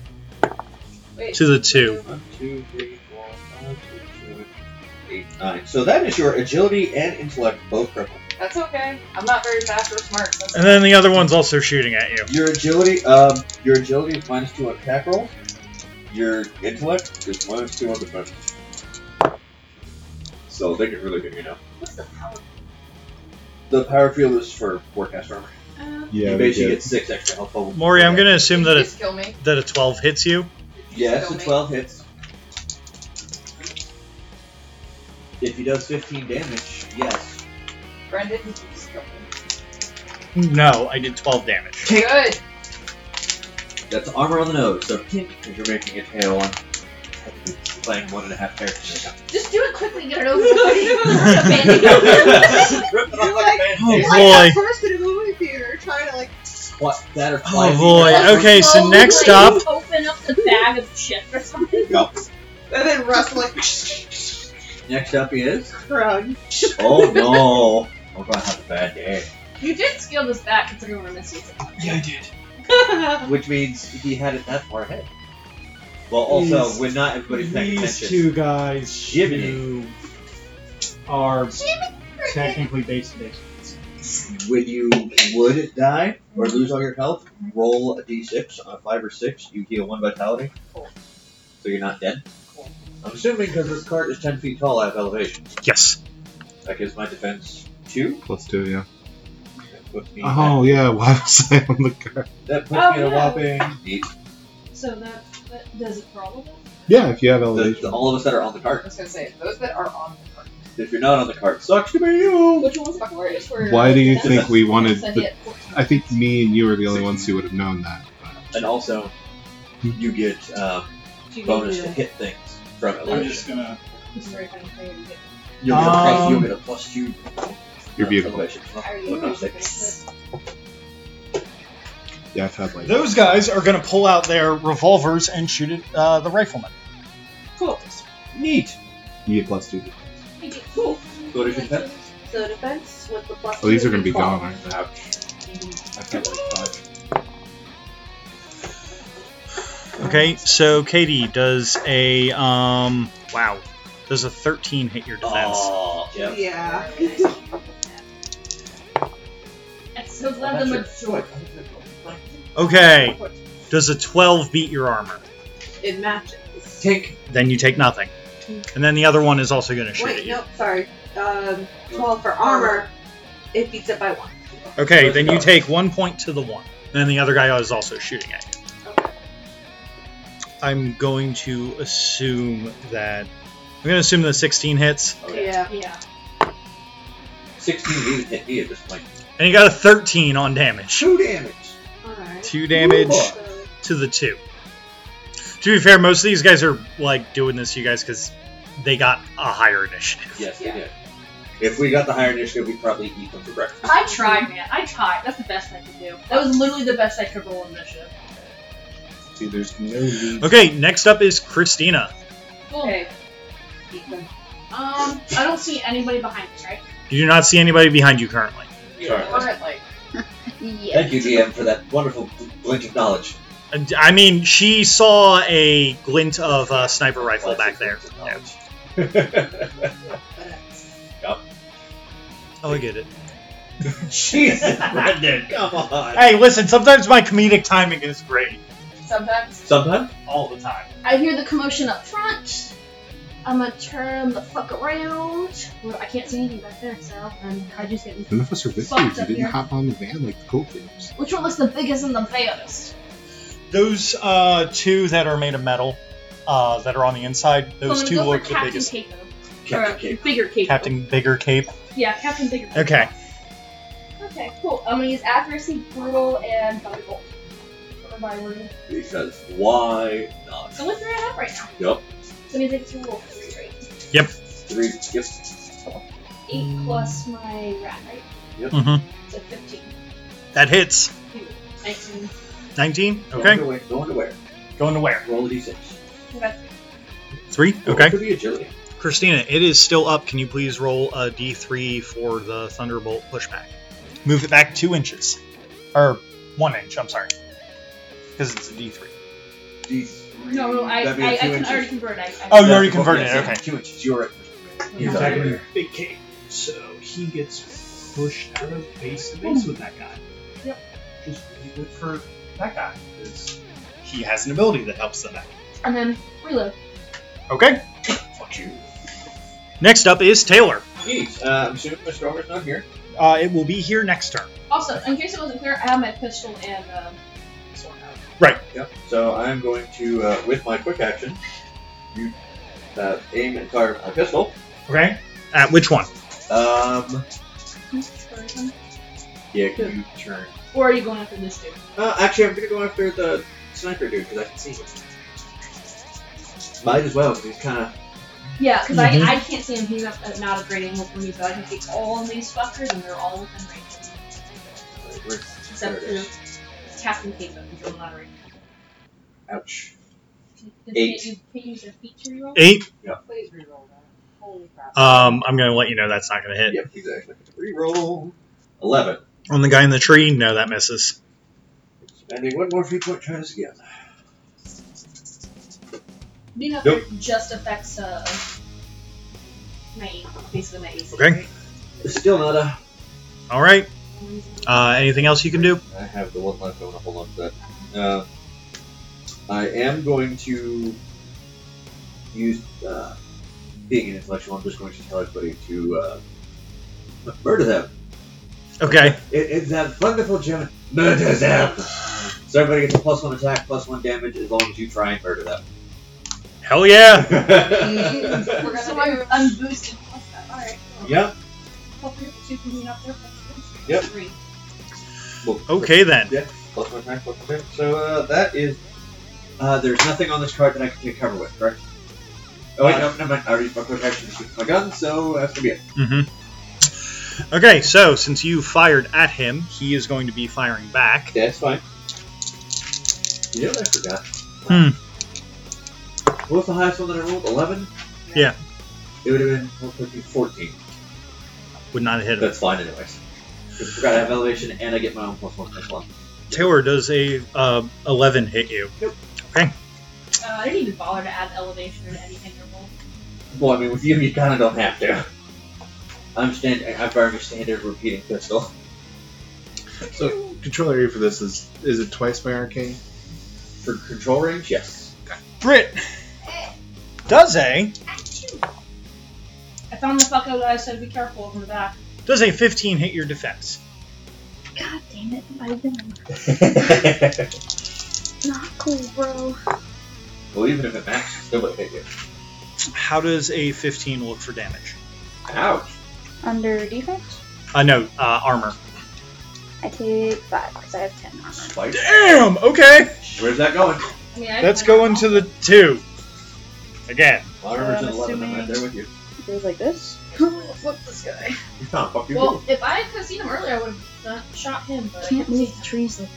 [SPEAKER 5] Wait.
[SPEAKER 2] To the two.
[SPEAKER 3] One, two, three, four, five, six, seven, eight, nine. So that is your agility and intellect both crippled.
[SPEAKER 5] That's okay. I'm not very fast or smart. so that's
[SPEAKER 2] And then the other one's also shooting at you.
[SPEAKER 3] Your agility, um, your agility is minus two on attack rolls. Your intellect is minus two on defense. So they can really good, you know.
[SPEAKER 6] What's the power?
[SPEAKER 3] The power field is for forecast armor.
[SPEAKER 8] Uh,
[SPEAKER 9] Yeah,
[SPEAKER 3] you
[SPEAKER 9] they
[SPEAKER 3] basically
[SPEAKER 9] did.
[SPEAKER 3] get six extra health bubbles.
[SPEAKER 2] Maury, I'm gonna assume
[SPEAKER 5] Did
[SPEAKER 2] that
[SPEAKER 5] you
[SPEAKER 2] a
[SPEAKER 5] just kill me?
[SPEAKER 2] that a twelve hits you.
[SPEAKER 3] Yes,
[SPEAKER 5] Kill
[SPEAKER 3] the
[SPEAKER 5] me.
[SPEAKER 3] twelve hits. If he does fifteen damage, yes.
[SPEAKER 5] Brendan, did you just kill me?
[SPEAKER 2] No, I did twelve damage.
[SPEAKER 5] Good.
[SPEAKER 3] That's armor on the nose, so if you're making a tail on playing one and a half
[SPEAKER 6] (laughs)
[SPEAKER 3] characters.
[SPEAKER 6] Just do it quickly, get it over with.
[SPEAKER 3] (laughs) Rip it off like a
[SPEAKER 2] Oh
[SPEAKER 3] bandage.
[SPEAKER 4] Like
[SPEAKER 2] boy.
[SPEAKER 4] that person in the movie theater trying to like.
[SPEAKER 3] Squat that or fly
[SPEAKER 2] Oh boy.
[SPEAKER 3] people.
[SPEAKER 2] Okay, so
[SPEAKER 6] Slowly
[SPEAKER 2] next up,
[SPEAKER 6] Open up the bag of chips or something.
[SPEAKER 3] Go.
[SPEAKER 4] And then Russ like
[SPEAKER 3] Next up is.
[SPEAKER 4] (laughs) crowd.
[SPEAKER 3] (laughs) Oh no! I'm gonna have a bad day.
[SPEAKER 6] You did steal this back considering we're missing something.
[SPEAKER 7] Yeah, I did.
[SPEAKER 3] Which means he had it that far ahead. Well, also,
[SPEAKER 7] These-
[SPEAKER 3] when not everybody's paying
[SPEAKER 7] These
[SPEAKER 3] attention.
[SPEAKER 7] two guys
[SPEAKER 3] Jiminy.
[SPEAKER 7] who are technically base to base.
[SPEAKER 3] When you would die or lose all your health, roll a d6 on a 5 or 6. You heal 1 vitality. So you're not dead.
[SPEAKER 5] Cool.
[SPEAKER 3] I'm assuming because this cart is 10 feet tall, I have elevation.
[SPEAKER 2] yes.
[SPEAKER 3] That gives my defense 2.
[SPEAKER 9] Plus two, yeah.
[SPEAKER 3] That puts me,
[SPEAKER 9] Oh, yeah. (laughs) Why was I on the card?
[SPEAKER 3] that puts
[SPEAKER 6] Oh,
[SPEAKER 3] me at a
[SPEAKER 6] yeah.
[SPEAKER 3] whopping. Eight.
[SPEAKER 6] So that, that does it for all of us?
[SPEAKER 9] Yeah, if you have
[SPEAKER 3] The,
[SPEAKER 9] elevation.
[SPEAKER 3] the- all of us that are on the
[SPEAKER 5] I
[SPEAKER 3] cart.
[SPEAKER 5] was gonna say those that are on the card.
[SPEAKER 3] If you're not on the cart, sucks to be you!
[SPEAKER 5] Which one's fucking worse?
[SPEAKER 9] Why do you think we wanted
[SPEAKER 6] So
[SPEAKER 9] the.
[SPEAKER 6] hit 14.
[SPEAKER 9] I think me and you are the only ones who would have known that.
[SPEAKER 3] And also, you get um,
[SPEAKER 6] Do you
[SPEAKER 3] bonus
[SPEAKER 6] need
[SPEAKER 3] to
[SPEAKER 6] to-
[SPEAKER 3] hit things from
[SPEAKER 7] I'm just
[SPEAKER 3] elevation.
[SPEAKER 7] gonna.
[SPEAKER 6] this very kind of thing you get-
[SPEAKER 3] You'll get a plus,
[SPEAKER 7] Um,
[SPEAKER 3] you'll get a plus 2
[SPEAKER 9] You're
[SPEAKER 3] uh,
[SPEAKER 9] beautiful.
[SPEAKER 3] elevation.
[SPEAKER 6] I already
[SPEAKER 3] What
[SPEAKER 6] know
[SPEAKER 3] not
[SPEAKER 6] you
[SPEAKER 3] six?
[SPEAKER 6] finish it.
[SPEAKER 9] Yeah, I've had like.
[SPEAKER 2] Those guys are gonna pull out their revolvers and shoot at uh, the rifleman.
[SPEAKER 3] Cool. Neat.
[SPEAKER 9] You get plus two.
[SPEAKER 6] Hey, dude, cool.
[SPEAKER 3] Go to defense.
[SPEAKER 4] So defense with the plus.
[SPEAKER 9] Oh, these are gonna be
[SPEAKER 4] two.
[SPEAKER 9] gone, aren't they?
[SPEAKER 3] Ouch.
[SPEAKER 9] I've had like five.
[SPEAKER 2] Okay, so Katie does a um wow. Does a thirteen hit your defense?
[SPEAKER 3] Oh, yeah.
[SPEAKER 4] Yeah.
[SPEAKER 6] I'm so glad the majority.
[SPEAKER 2] Okay. Does a twelve beat your armor?
[SPEAKER 4] It matches.
[SPEAKER 3] Take.
[SPEAKER 2] Then you take nothing. And then the other one is also gonna shoot at
[SPEAKER 4] Wait,
[SPEAKER 2] you.
[SPEAKER 4] no, sorry. Um, twelve for armor. It beats it by one.
[SPEAKER 2] Okay, then you take one point to the one. And then the other guy is also shooting at you. I'm going to assume that I'm gonna assume the sixteen hits.
[SPEAKER 3] Okay.
[SPEAKER 6] Yeah.
[SPEAKER 3] 16 didn't hit me at this point.
[SPEAKER 2] And you got a thirteen on damage.
[SPEAKER 3] Two damage.
[SPEAKER 4] Alright.
[SPEAKER 2] Two damage.
[SPEAKER 3] Ooh.
[SPEAKER 2] to the two. To be fair, most of these guys are like doing this to you guys because they got a higher initiative.
[SPEAKER 3] Yes, they did. If we got the higher initiative, we'd probably eat them for breakfast.
[SPEAKER 6] I tried, man. I tried. That's the best I could do. That was literally the best I could roll in this ship.
[SPEAKER 9] See, there's no need.
[SPEAKER 2] Okay, next up is Christina.
[SPEAKER 6] Boom.
[SPEAKER 5] Okay. Eat them.
[SPEAKER 6] Um, I don't see anybody behind us, right?
[SPEAKER 2] You do not see anybody behind you currently.
[SPEAKER 3] Sorry.
[SPEAKER 5] Currently.
[SPEAKER 3] Thank
[SPEAKER 8] yeah.
[SPEAKER 3] you, GM, for that wonderful bl- blink of knowledge.
[SPEAKER 2] And, I mean, she saw a glint of a sniper rifle back there. Yeah. Oh, I get it.
[SPEAKER 3] (laughs) Jesus, Brendan, come
[SPEAKER 2] (laughs)
[SPEAKER 3] on.
[SPEAKER 2] Hey, listen, sometimes my comedic timing is great.
[SPEAKER 5] Sometimes.
[SPEAKER 3] Sometimes.
[SPEAKER 2] All the time.
[SPEAKER 6] I hear the commotion up front. I'm gonna turn the fuck around. Well, I can't see anything back there, so and I just get.
[SPEAKER 9] None of us are with you. You
[SPEAKER 6] Fucked up
[SPEAKER 9] didn't
[SPEAKER 6] here.
[SPEAKER 9] hop on the van like the cool kids.
[SPEAKER 6] Which one looks the biggest and the baddest?
[SPEAKER 2] Those uh, two that are made of metal uh, that are on the inside, those
[SPEAKER 6] I'm
[SPEAKER 2] two
[SPEAKER 6] gonna go
[SPEAKER 2] look
[SPEAKER 6] for
[SPEAKER 2] the
[SPEAKER 6] Captain
[SPEAKER 2] biggest.
[SPEAKER 6] Keiko.
[SPEAKER 3] Captain
[SPEAKER 4] or
[SPEAKER 3] Cape.
[SPEAKER 4] bigger cape.
[SPEAKER 7] Captain Bigger Cape.
[SPEAKER 6] Yeah, Captain Bigger.
[SPEAKER 2] Okay.
[SPEAKER 6] Okay, cool. I'm gonna use accuracy, brutal, and thunderbolt. For my room.
[SPEAKER 3] Because why not?
[SPEAKER 6] So what's that up right now?
[SPEAKER 3] Yup.
[SPEAKER 6] So it means I get to roll for three, right?
[SPEAKER 3] Three. Yep.
[SPEAKER 6] Eight plus my rat, right?
[SPEAKER 2] Mm-hmm.
[SPEAKER 6] So fifteen.
[SPEAKER 2] That hits.
[SPEAKER 6] Nineteen.
[SPEAKER 2] 19.
[SPEAKER 3] Going
[SPEAKER 2] Okay.
[SPEAKER 3] to where? Going to where?
[SPEAKER 7] Going to where?
[SPEAKER 3] Roll a d6.
[SPEAKER 6] Okay.
[SPEAKER 2] Three.
[SPEAKER 3] Oh,
[SPEAKER 2] Okay.
[SPEAKER 3] Could be agility.
[SPEAKER 2] Christina, it is still up. Can you please roll a d3 for the Thunderbolt pushback? Move it back two inches.
[SPEAKER 7] Or one inch, I'm sorry. Because it's a D3.
[SPEAKER 2] Oh,
[SPEAKER 3] D3.
[SPEAKER 4] No, no, I, I,
[SPEAKER 3] That'd be a
[SPEAKER 4] I
[SPEAKER 3] two
[SPEAKER 4] can
[SPEAKER 3] inches.
[SPEAKER 4] already convert. I, I
[SPEAKER 7] Oh, you
[SPEAKER 3] Yeah,
[SPEAKER 7] already
[SPEAKER 3] well,
[SPEAKER 7] converted
[SPEAKER 3] yeah,
[SPEAKER 7] it. Okay.
[SPEAKER 3] Two inches. You're right.
[SPEAKER 4] Okay.
[SPEAKER 3] He's out of here.
[SPEAKER 12] Big Cape. So he gets pushed out of base to base with that guy.
[SPEAKER 6] Yep.
[SPEAKER 12] Which is really good for that guy because he has an ability that helps them out.
[SPEAKER 6] And then reload.
[SPEAKER 2] Okay.
[SPEAKER 12] Fuck you.
[SPEAKER 2] Next up is Taylor.
[SPEAKER 3] Jeez. Uh, I'm assuming Mr. Armor's not here.
[SPEAKER 2] Uh, it will be here next turn.
[SPEAKER 6] Also, in case it wasn't clear, I have my pistol and um, sword out.
[SPEAKER 3] Yep. So I'm going to, uh, with my quick action, you uh, aim and fire my pistol.
[SPEAKER 2] Okay. At which one?
[SPEAKER 3] Um.
[SPEAKER 6] Version.
[SPEAKER 3] Yeah. Can you turn?
[SPEAKER 4] Or are you going after this dude?
[SPEAKER 3] Uh, actually, I'm gonna go after the sniper dude because I can see him. Might as well because he's kind of.
[SPEAKER 6] Yeah, because
[SPEAKER 2] Mhm.
[SPEAKER 6] I, I can't see him. He's not, uh, not a great angle for me, but I can take all of these fuckers and they're all within range. Except for Captain Cape, which will not range.
[SPEAKER 3] Ouch.
[SPEAKER 6] Can- can-
[SPEAKER 3] Eight.
[SPEAKER 6] Can't you, can't you use a feature roll?
[SPEAKER 2] Eight.
[SPEAKER 4] Please reroll that. Holy crap.
[SPEAKER 2] Um, I'm going to let you know that's not going to hit.
[SPEAKER 3] Yep. Exactly. Reroll. Eleven.
[SPEAKER 2] On the guy in the tree, no, that misses.
[SPEAKER 3] Spending one more free point. Try this again.
[SPEAKER 6] Being up
[SPEAKER 3] Nope.
[SPEAKER 6] here just affects uh, my basically my AC.
[SPEAKER 2] Okay.
[SPEAKER 6] right?
[SPEAKER 3] Still not a.
[SPEAKER 2] All right. Uh, anything else you can do?
[SPEAKER 3] I have the one left. I want to hold on to that. Uh, I am going to use uh, being an intellectual. I'm just going to tell everybody to uh, murder them.
[SPEAKER 2] Okay.
[SPEAKER 3] It, it's that wonderful gem. Murder them. So everybody gets a plus one attack, plus one damage, as long as you try and murder (laughs) them.
[SPEAKER 2] Hell yeah.
[SPEAKER 6] We're gonna
[SPEAKER 5] So
[SPEAKER 6] do-
[SPEAKER 5] I'm-
[SPEAKER 6] I'm boosted. Plus that. All right.
[SPEAKER 3] yep.
[SPEAKER 6] Hopefully, two can be up there. plus
[SPEAKER 3] Yep.
[SPEAKER 6] Three.
[SPEAKER 3] Well,
[SPEAKER 2] Okay then.
[SPEAKER 3] Yeah. Plus one attack, plus one damage. So uh, that is. Uh, there's nothing on this card that I can take cover with, correct? Oh wait, no, never mind. I already used my quick action to shoot my gun, so that's gonna be it.
[SPEAKER 2] hmm Mm-hmm. Okay, so since you fired at him, he is going to be firing back.
[SPEAKER 3] Yeah, it's fine. You know what I forgot?
[SPEAKER 2] Hmm.
[SPEAKER 3] What was the highest one that I rolled? 11?
[SPEAKER 2] Yeah.
[SPEAKER 3] It would have been what would it be, 14.
[SPEAKER 2] Would not have hit him.
[SPEAKER 3] That's fine, anyways. 'Cause I forgot I have elevation and I get my own plus one plus one.
[SPEAKER 2] Taylor, does a uh, 11 hit you?
[SPEAKER 6] Uh, I didn't even bother to add elevation or anything or roll.
[SPEAKER 3] Well, I mean, with you, you kind of don't have to. I'm standing. I'm firing a standard repeating pistol.
[SPEAKER 9] So control area for this is is it twice my arcane?
[SPEAKER 3] For control range, yes.
[SPEAKER 9] (laughs)
[SPEAKER 2] Brit does a
[SPEAKER 6] I found the fucko that I said be careful over the back.
[SPEAKER 2] does a 15 hit your defense?
[SPEAKER 6] God damn it! I win.
[SPEAKER 3] well,
[SPEAKER 6] Not cool, bro.
[SPEAKER 3] even if it maxes, still would hit you.
[SPEAKER 2] How does a 15 look for damage?
[SPEAKER 3] Ouch.
[SPEAKER 8] Under defense,
[SPEAKER 2] Uh, no, uh, armor.
[SPEAKER 8] I take five because I have ten armor.
[SPEAKER 3] Spike.
[SPEAKER 2] Damn. Okay,
[SPEAKER 3] Where's that going?
[SPEAKER 6] I mean, I
[SPEAKER 2] let's go into the two again.
[SPEAKER 3] My armor's
[SPEAKER 8] I'm
[SPEAKER 3] at 11. I'm right
[SPEAKER 8] assuming-
[SPEAKER 3] there with you. (laughs)
[SPEAKER 8] It goes like this.
[SPEAKER 6] Fuck this guy.
[SPEAKER 3] He's not fucking
[SPEAKER 6] Well, if I could have seen him earlier, I would have not shot him. But I
[SPEAKER 8] Can't
[SPEAKER 6] didn't see
[SPEAKER 8] leave
[SPEAKER 6] him.
[SPEAKER 8] trees like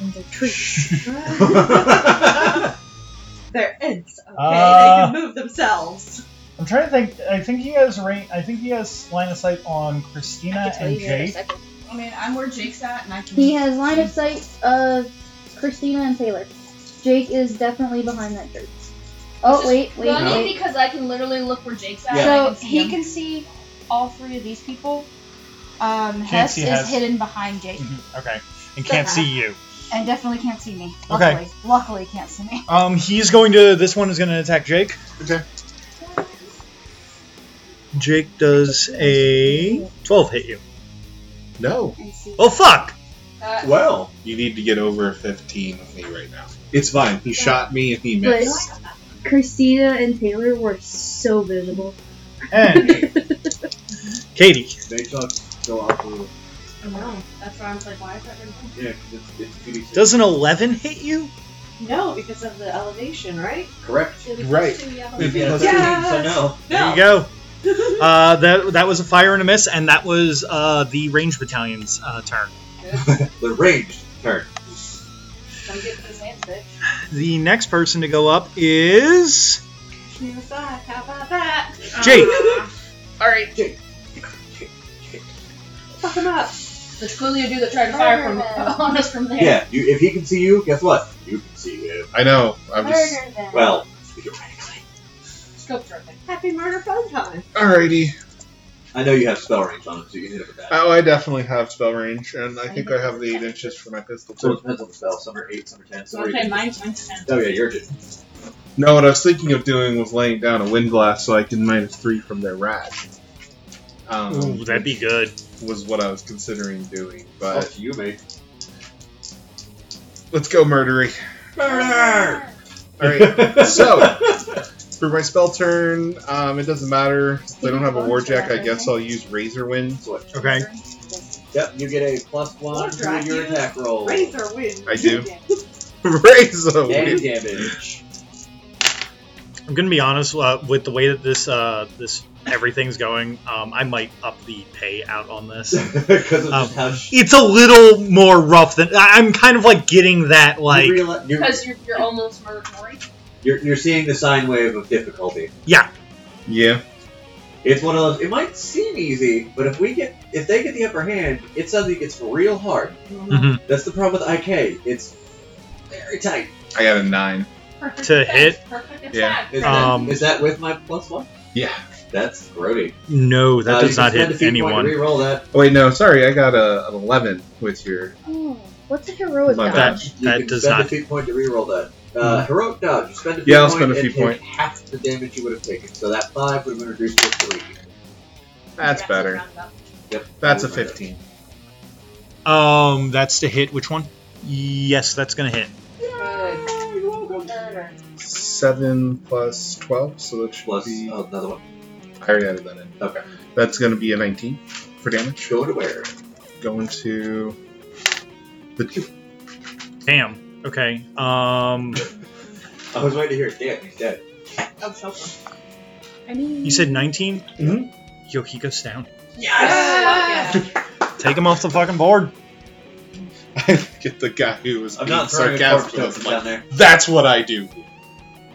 [SPEAKER 8] in their trees.
[SPEAKER 3] (laughs)
[SPEAKER 4] They're ends, okay?
[SPEAKER 2] Ah.
[SPEAKER 7] Uh,
[SPEAKER 4] they can move themselves.
[SPEAKER 7] I'm trying to think. I think he has rain. I think he has line of sight on Christina and Jake.
[SPEAKER 5] I mean, I'm where Jake's at, and I can.
[SPEAKER 8] He has line of sight of Christina and Taylor. Jake is definitely behind that dirt. Oh
[SPEAKER 6] Just
[SPEAKER 8] wait, wait.
[SPEAKER 6] Funny
[SPEAKER 3] No.
[SPEAKER 6] because I can literally look where Jake's at. and I
[SPEAKER 8] So
[SPEAKER 6] can see
[SPEAKER 8] he
[SPEAKER 6] him.
[SPEAKER 8] can see all three of these people. Um,
[SPEAKER 7] Can't
[SPEAKER 8] Hess
[SPEAKER 7] see
[SPEAKER 8] is
[SPEAKER 7] Hess.
[SPEAKER 8] hidden behind Jake
[SPEAKER 2] Mhm, Okay, and can't see you.
[SPEAKER 8] and definitely can't see me.
[SPEAKER 2] Mm-hmm. Okay.
[SPEAKER 8] Luckily, luckily can't see (laughs) me.
[SPEAKER 2] Um, he's going to. This one is going to attack Jake.
[SPEAKER 9] Okay.
[SPEAKER 2] Jake does a 12 hit you.
[SPEAKER 9] No.
[SPEAKER 8] (laughs)
[SPEAKER 2] Oh fuck!
[SPEAKER 5] Uh,
[SPEAKER 9] Well, you need to get over fifteen with me right now. It's fine. He shot me and he missed.
[SPEAKER 8] Christina and Taylor were so visible.
[SPEAKER 7] And
[SPEAKER 2] Katie.
[SPEAKER 3] They talk go off a little.
[SPEAKER 6] I know. Oh, That's why I was like, why is that red?
[SPEAKER 3] Yeah, 'cause it's, it's PDC.
[SPEAKER 2] Does an 11 hit you?
[SPEAKER 4] No, because of the elevation, right?
[SPEAKER 3] Correct.
[SPEAKER 2] Right.
[SPEAKER 6] (laughs)
[SPEAKER 3] Yeah. So no.
[SPEAKER 2] There you go. Uh, that, that was a fire and a miss, and that was uh, the range battalion's uh, turn.
[SPEAKER 3] The range turn.
[SPEAKER 5] Come get this hand, bitch.
[SPEAKER 2] The next person to go up is.
[SPEAKER 4] She was like, how about that?
[SPEAKER 2] Jake.
[SPEAKER 5] Alright,
[SPEAKER 4] Fuck him up.
[SPEAKER 5] the Twilio dude that tried to fire from on us from
[SPEAKER 3] (laughs)
[SPEAKER 5] there.
[SPEAKER 3] Yeah. You, if he can see you, guess what? You can see him.
[SPEAKER 9] I know. I'm just.
[SPEAKER 4] Murder them.
[SPEAKER 3] Well, theoretically.
[SPEAKER 5] (laughs) Scope tripping.
[SPEAKER 4] Happy murder fun time.
[SPEAKER 9] Alrighty.
[SPEAKER 3] I know you have spell range on it, so you can hit it with that.
[SPEAKER 9] Oh, I definitely have spell range, and I think I have the eight inches for my pistol
[SPEAKER 3] so it
[SPEAKER 9] too.
[SPEAKER 3] depends on the spell. Some are eight, some are ten, some are
[SPEAKER 6] Okay,
[SPEAKER 3] eight.
[SPEAKER 6] mine's mine's ten.
[SPEAKER 3] Oh yeah, you're just
[SPEAKER 9] No, what I was thinking of doing was laying down a wind blast so I can minus three from their rash. Um,
[SPEAKER 2] Ooh, that'd be good.
[SPEAKER 9] was what I was considering doing,
[SPEAKER 3] up
[SPEAKER 9] but
[SPEAKER 3] to you, mate.
[SPEAKER 9] let's go murdery.
[SPEAKER 3] Murder.
[SPEAKER 9] All
[SPEAKER 3] (laughs)
[SPEAKER 9] right. (laughs) so for my spell turn, um, it doesn't matter. They don't have a warjack. I guess I'll use razor wind.
[SPEAKER 2] Okay.
[SPEAKER 3] Yep, you get a plus one
[SPEAKER 4] What a
[SPEAKER 3] to your
[SPEAKER 4] Dracula.
[SPEAKER 3] attack
[SPEAKER 4] Oh.
[SPEAKER 3] roll.
[SPEAKER 4] Razor wind.
[SPEAKER 9] I do. (laughs) razor
[SPEAKER 3] And
[SPEAKER 9] wind.
[SPEAKER 3] damage. (laughs)
[SPEAKER 2] I'm gonna be honest uh, with the way that this uh, this everything's going. Um, I might up the pay out on this.
[SPEAKER 3] Because of
[SPEAKER 2] Um,
[SPEAKER 3] just how sh-
[SPEAKER 2] It's a little more rough than I- I'm kind of like getting that like
[SPEAKER 3] you reali- you're,
[SPEAKER 5] Because you're, you're almost murdering.
[SPEAKER 3] you're you're seeing the sine wave of difficulty.
[SPEAKER 9] Yeah.
[SPEAKER 3] It's one of those. It might seem easy, but if we get if they get the upper hand, it suddenly gets real hard.
[SPEAKER 2] mhm,
[SPEAKER 3] That's the problem with IK. It's very tight.
[SPEAKER 9] I got a nine.
[SPEAKER 5] Perfect
[SPEAKER 2] To
[SPEAKER 5] attack,
[SPEAKER 2] hit?
[SPEAKER 5] Perfect
[SPEAKER 6] (laughs)
[SPEAKER 5] attack.
[SPEAKER 9] Yeah.
[SPEAKER 3] Is,
[SPEAKER 2] Um,
[SPEAKER 3] that, is that with my plus one?
[SPEAKER 9] Yeah.
[SPEAKER 3] That's grody.
[SPEAKER 2] no, that
[SPEAKER 3] Uh, you
[SPEAKER 2] does not
[SPEAKER 3] can spend a
[SPEAKER 2] hit
[SPEAKER 3] feat
[SPEAKER 2] anyone.
[SPEAKER 3] point to Reroll that.
[SPEAKER 9] Oh, Wait, no, sorry. I got a, an eleven with your.
[SPEAKER 8] Oh, what's a heroic
[SPEAKER 9] My
[SPEAKER 8] dodge?
[SPEAKER 2] That
[SPEAKER 3] You
[SPEAKER 2] that
[SPEAKER 3] can
[SPEAKER 2] does
[SPEAKER 3] spend
[SPEAKER 2] not. Mm-hmm.
[SPEAKER 3] a feat point to reroll that. Uh, heroic dodge. Spend a feat
[SPEAKER 9] Yeah, I'll
[SPEAKER 3] point
[SPEAKER 9] spend a feat
[SPEAKER 3] and take
[SPEAKER 9] point.
[SPEAKER 3] half the damage you would have taken. So that five would have been reduced to three.
[SPEAKER 9] That's
[SPEAKER 6] Congrats,
[SPEAKER 9] better.
[SPEAKER 6] round up.
[SPEAKER 3] Yep.
[SPEAKER 9] That's a fifteen.
[SPEAKER 2] Um, that's to hit. Which one? Yes, that's gonna hit.
[SPEAKER 5] Good. Murder.
[SPEAKER 9] Seven plus twelve, so that should
[SPEAKER 3] Plus
[SPEAKER 9] be.
[SPEAKER 3] oh, another one.
[SPEAKER 9] I already added that in.
[SPEAKER 3] Okay.
[SPEAKER 9] That's going to be a nineteen for damage.
[SPEAKER 3] Go to where?
[SPEAKER 9] Going to the
[SPEAKER 2] Damn. Okay. Um,
[SPEAKER 3] I was waiting to hear it. Damn, he's dead.
[SPEAKER 4] I'm Oh, so fun.
[SPEAKER 8] I mean,
[SPEAKER 2] you said 19.
[SPEAKER 3] Mm-hmm.
[SPEAKER 2] Yo, he goes down.
[SPEAKER 6] Oh,
[SPEAKER 4] Yes!
[SPEAKER 2] Take him off the fucking board.
[SPEAKER 9] I (laughs) get the guy who was
[SPEAKER 3] I'm
[SPEAKER 9] being
[SPEAKER 3] not throwing a corpse
[SPEAKER 9] sarcastic.
[SPEAKER 3] down
[SPEAKER 9] I'm like,
[SPEAKER 3] down there.
[SPEAKER 9] That's what I do.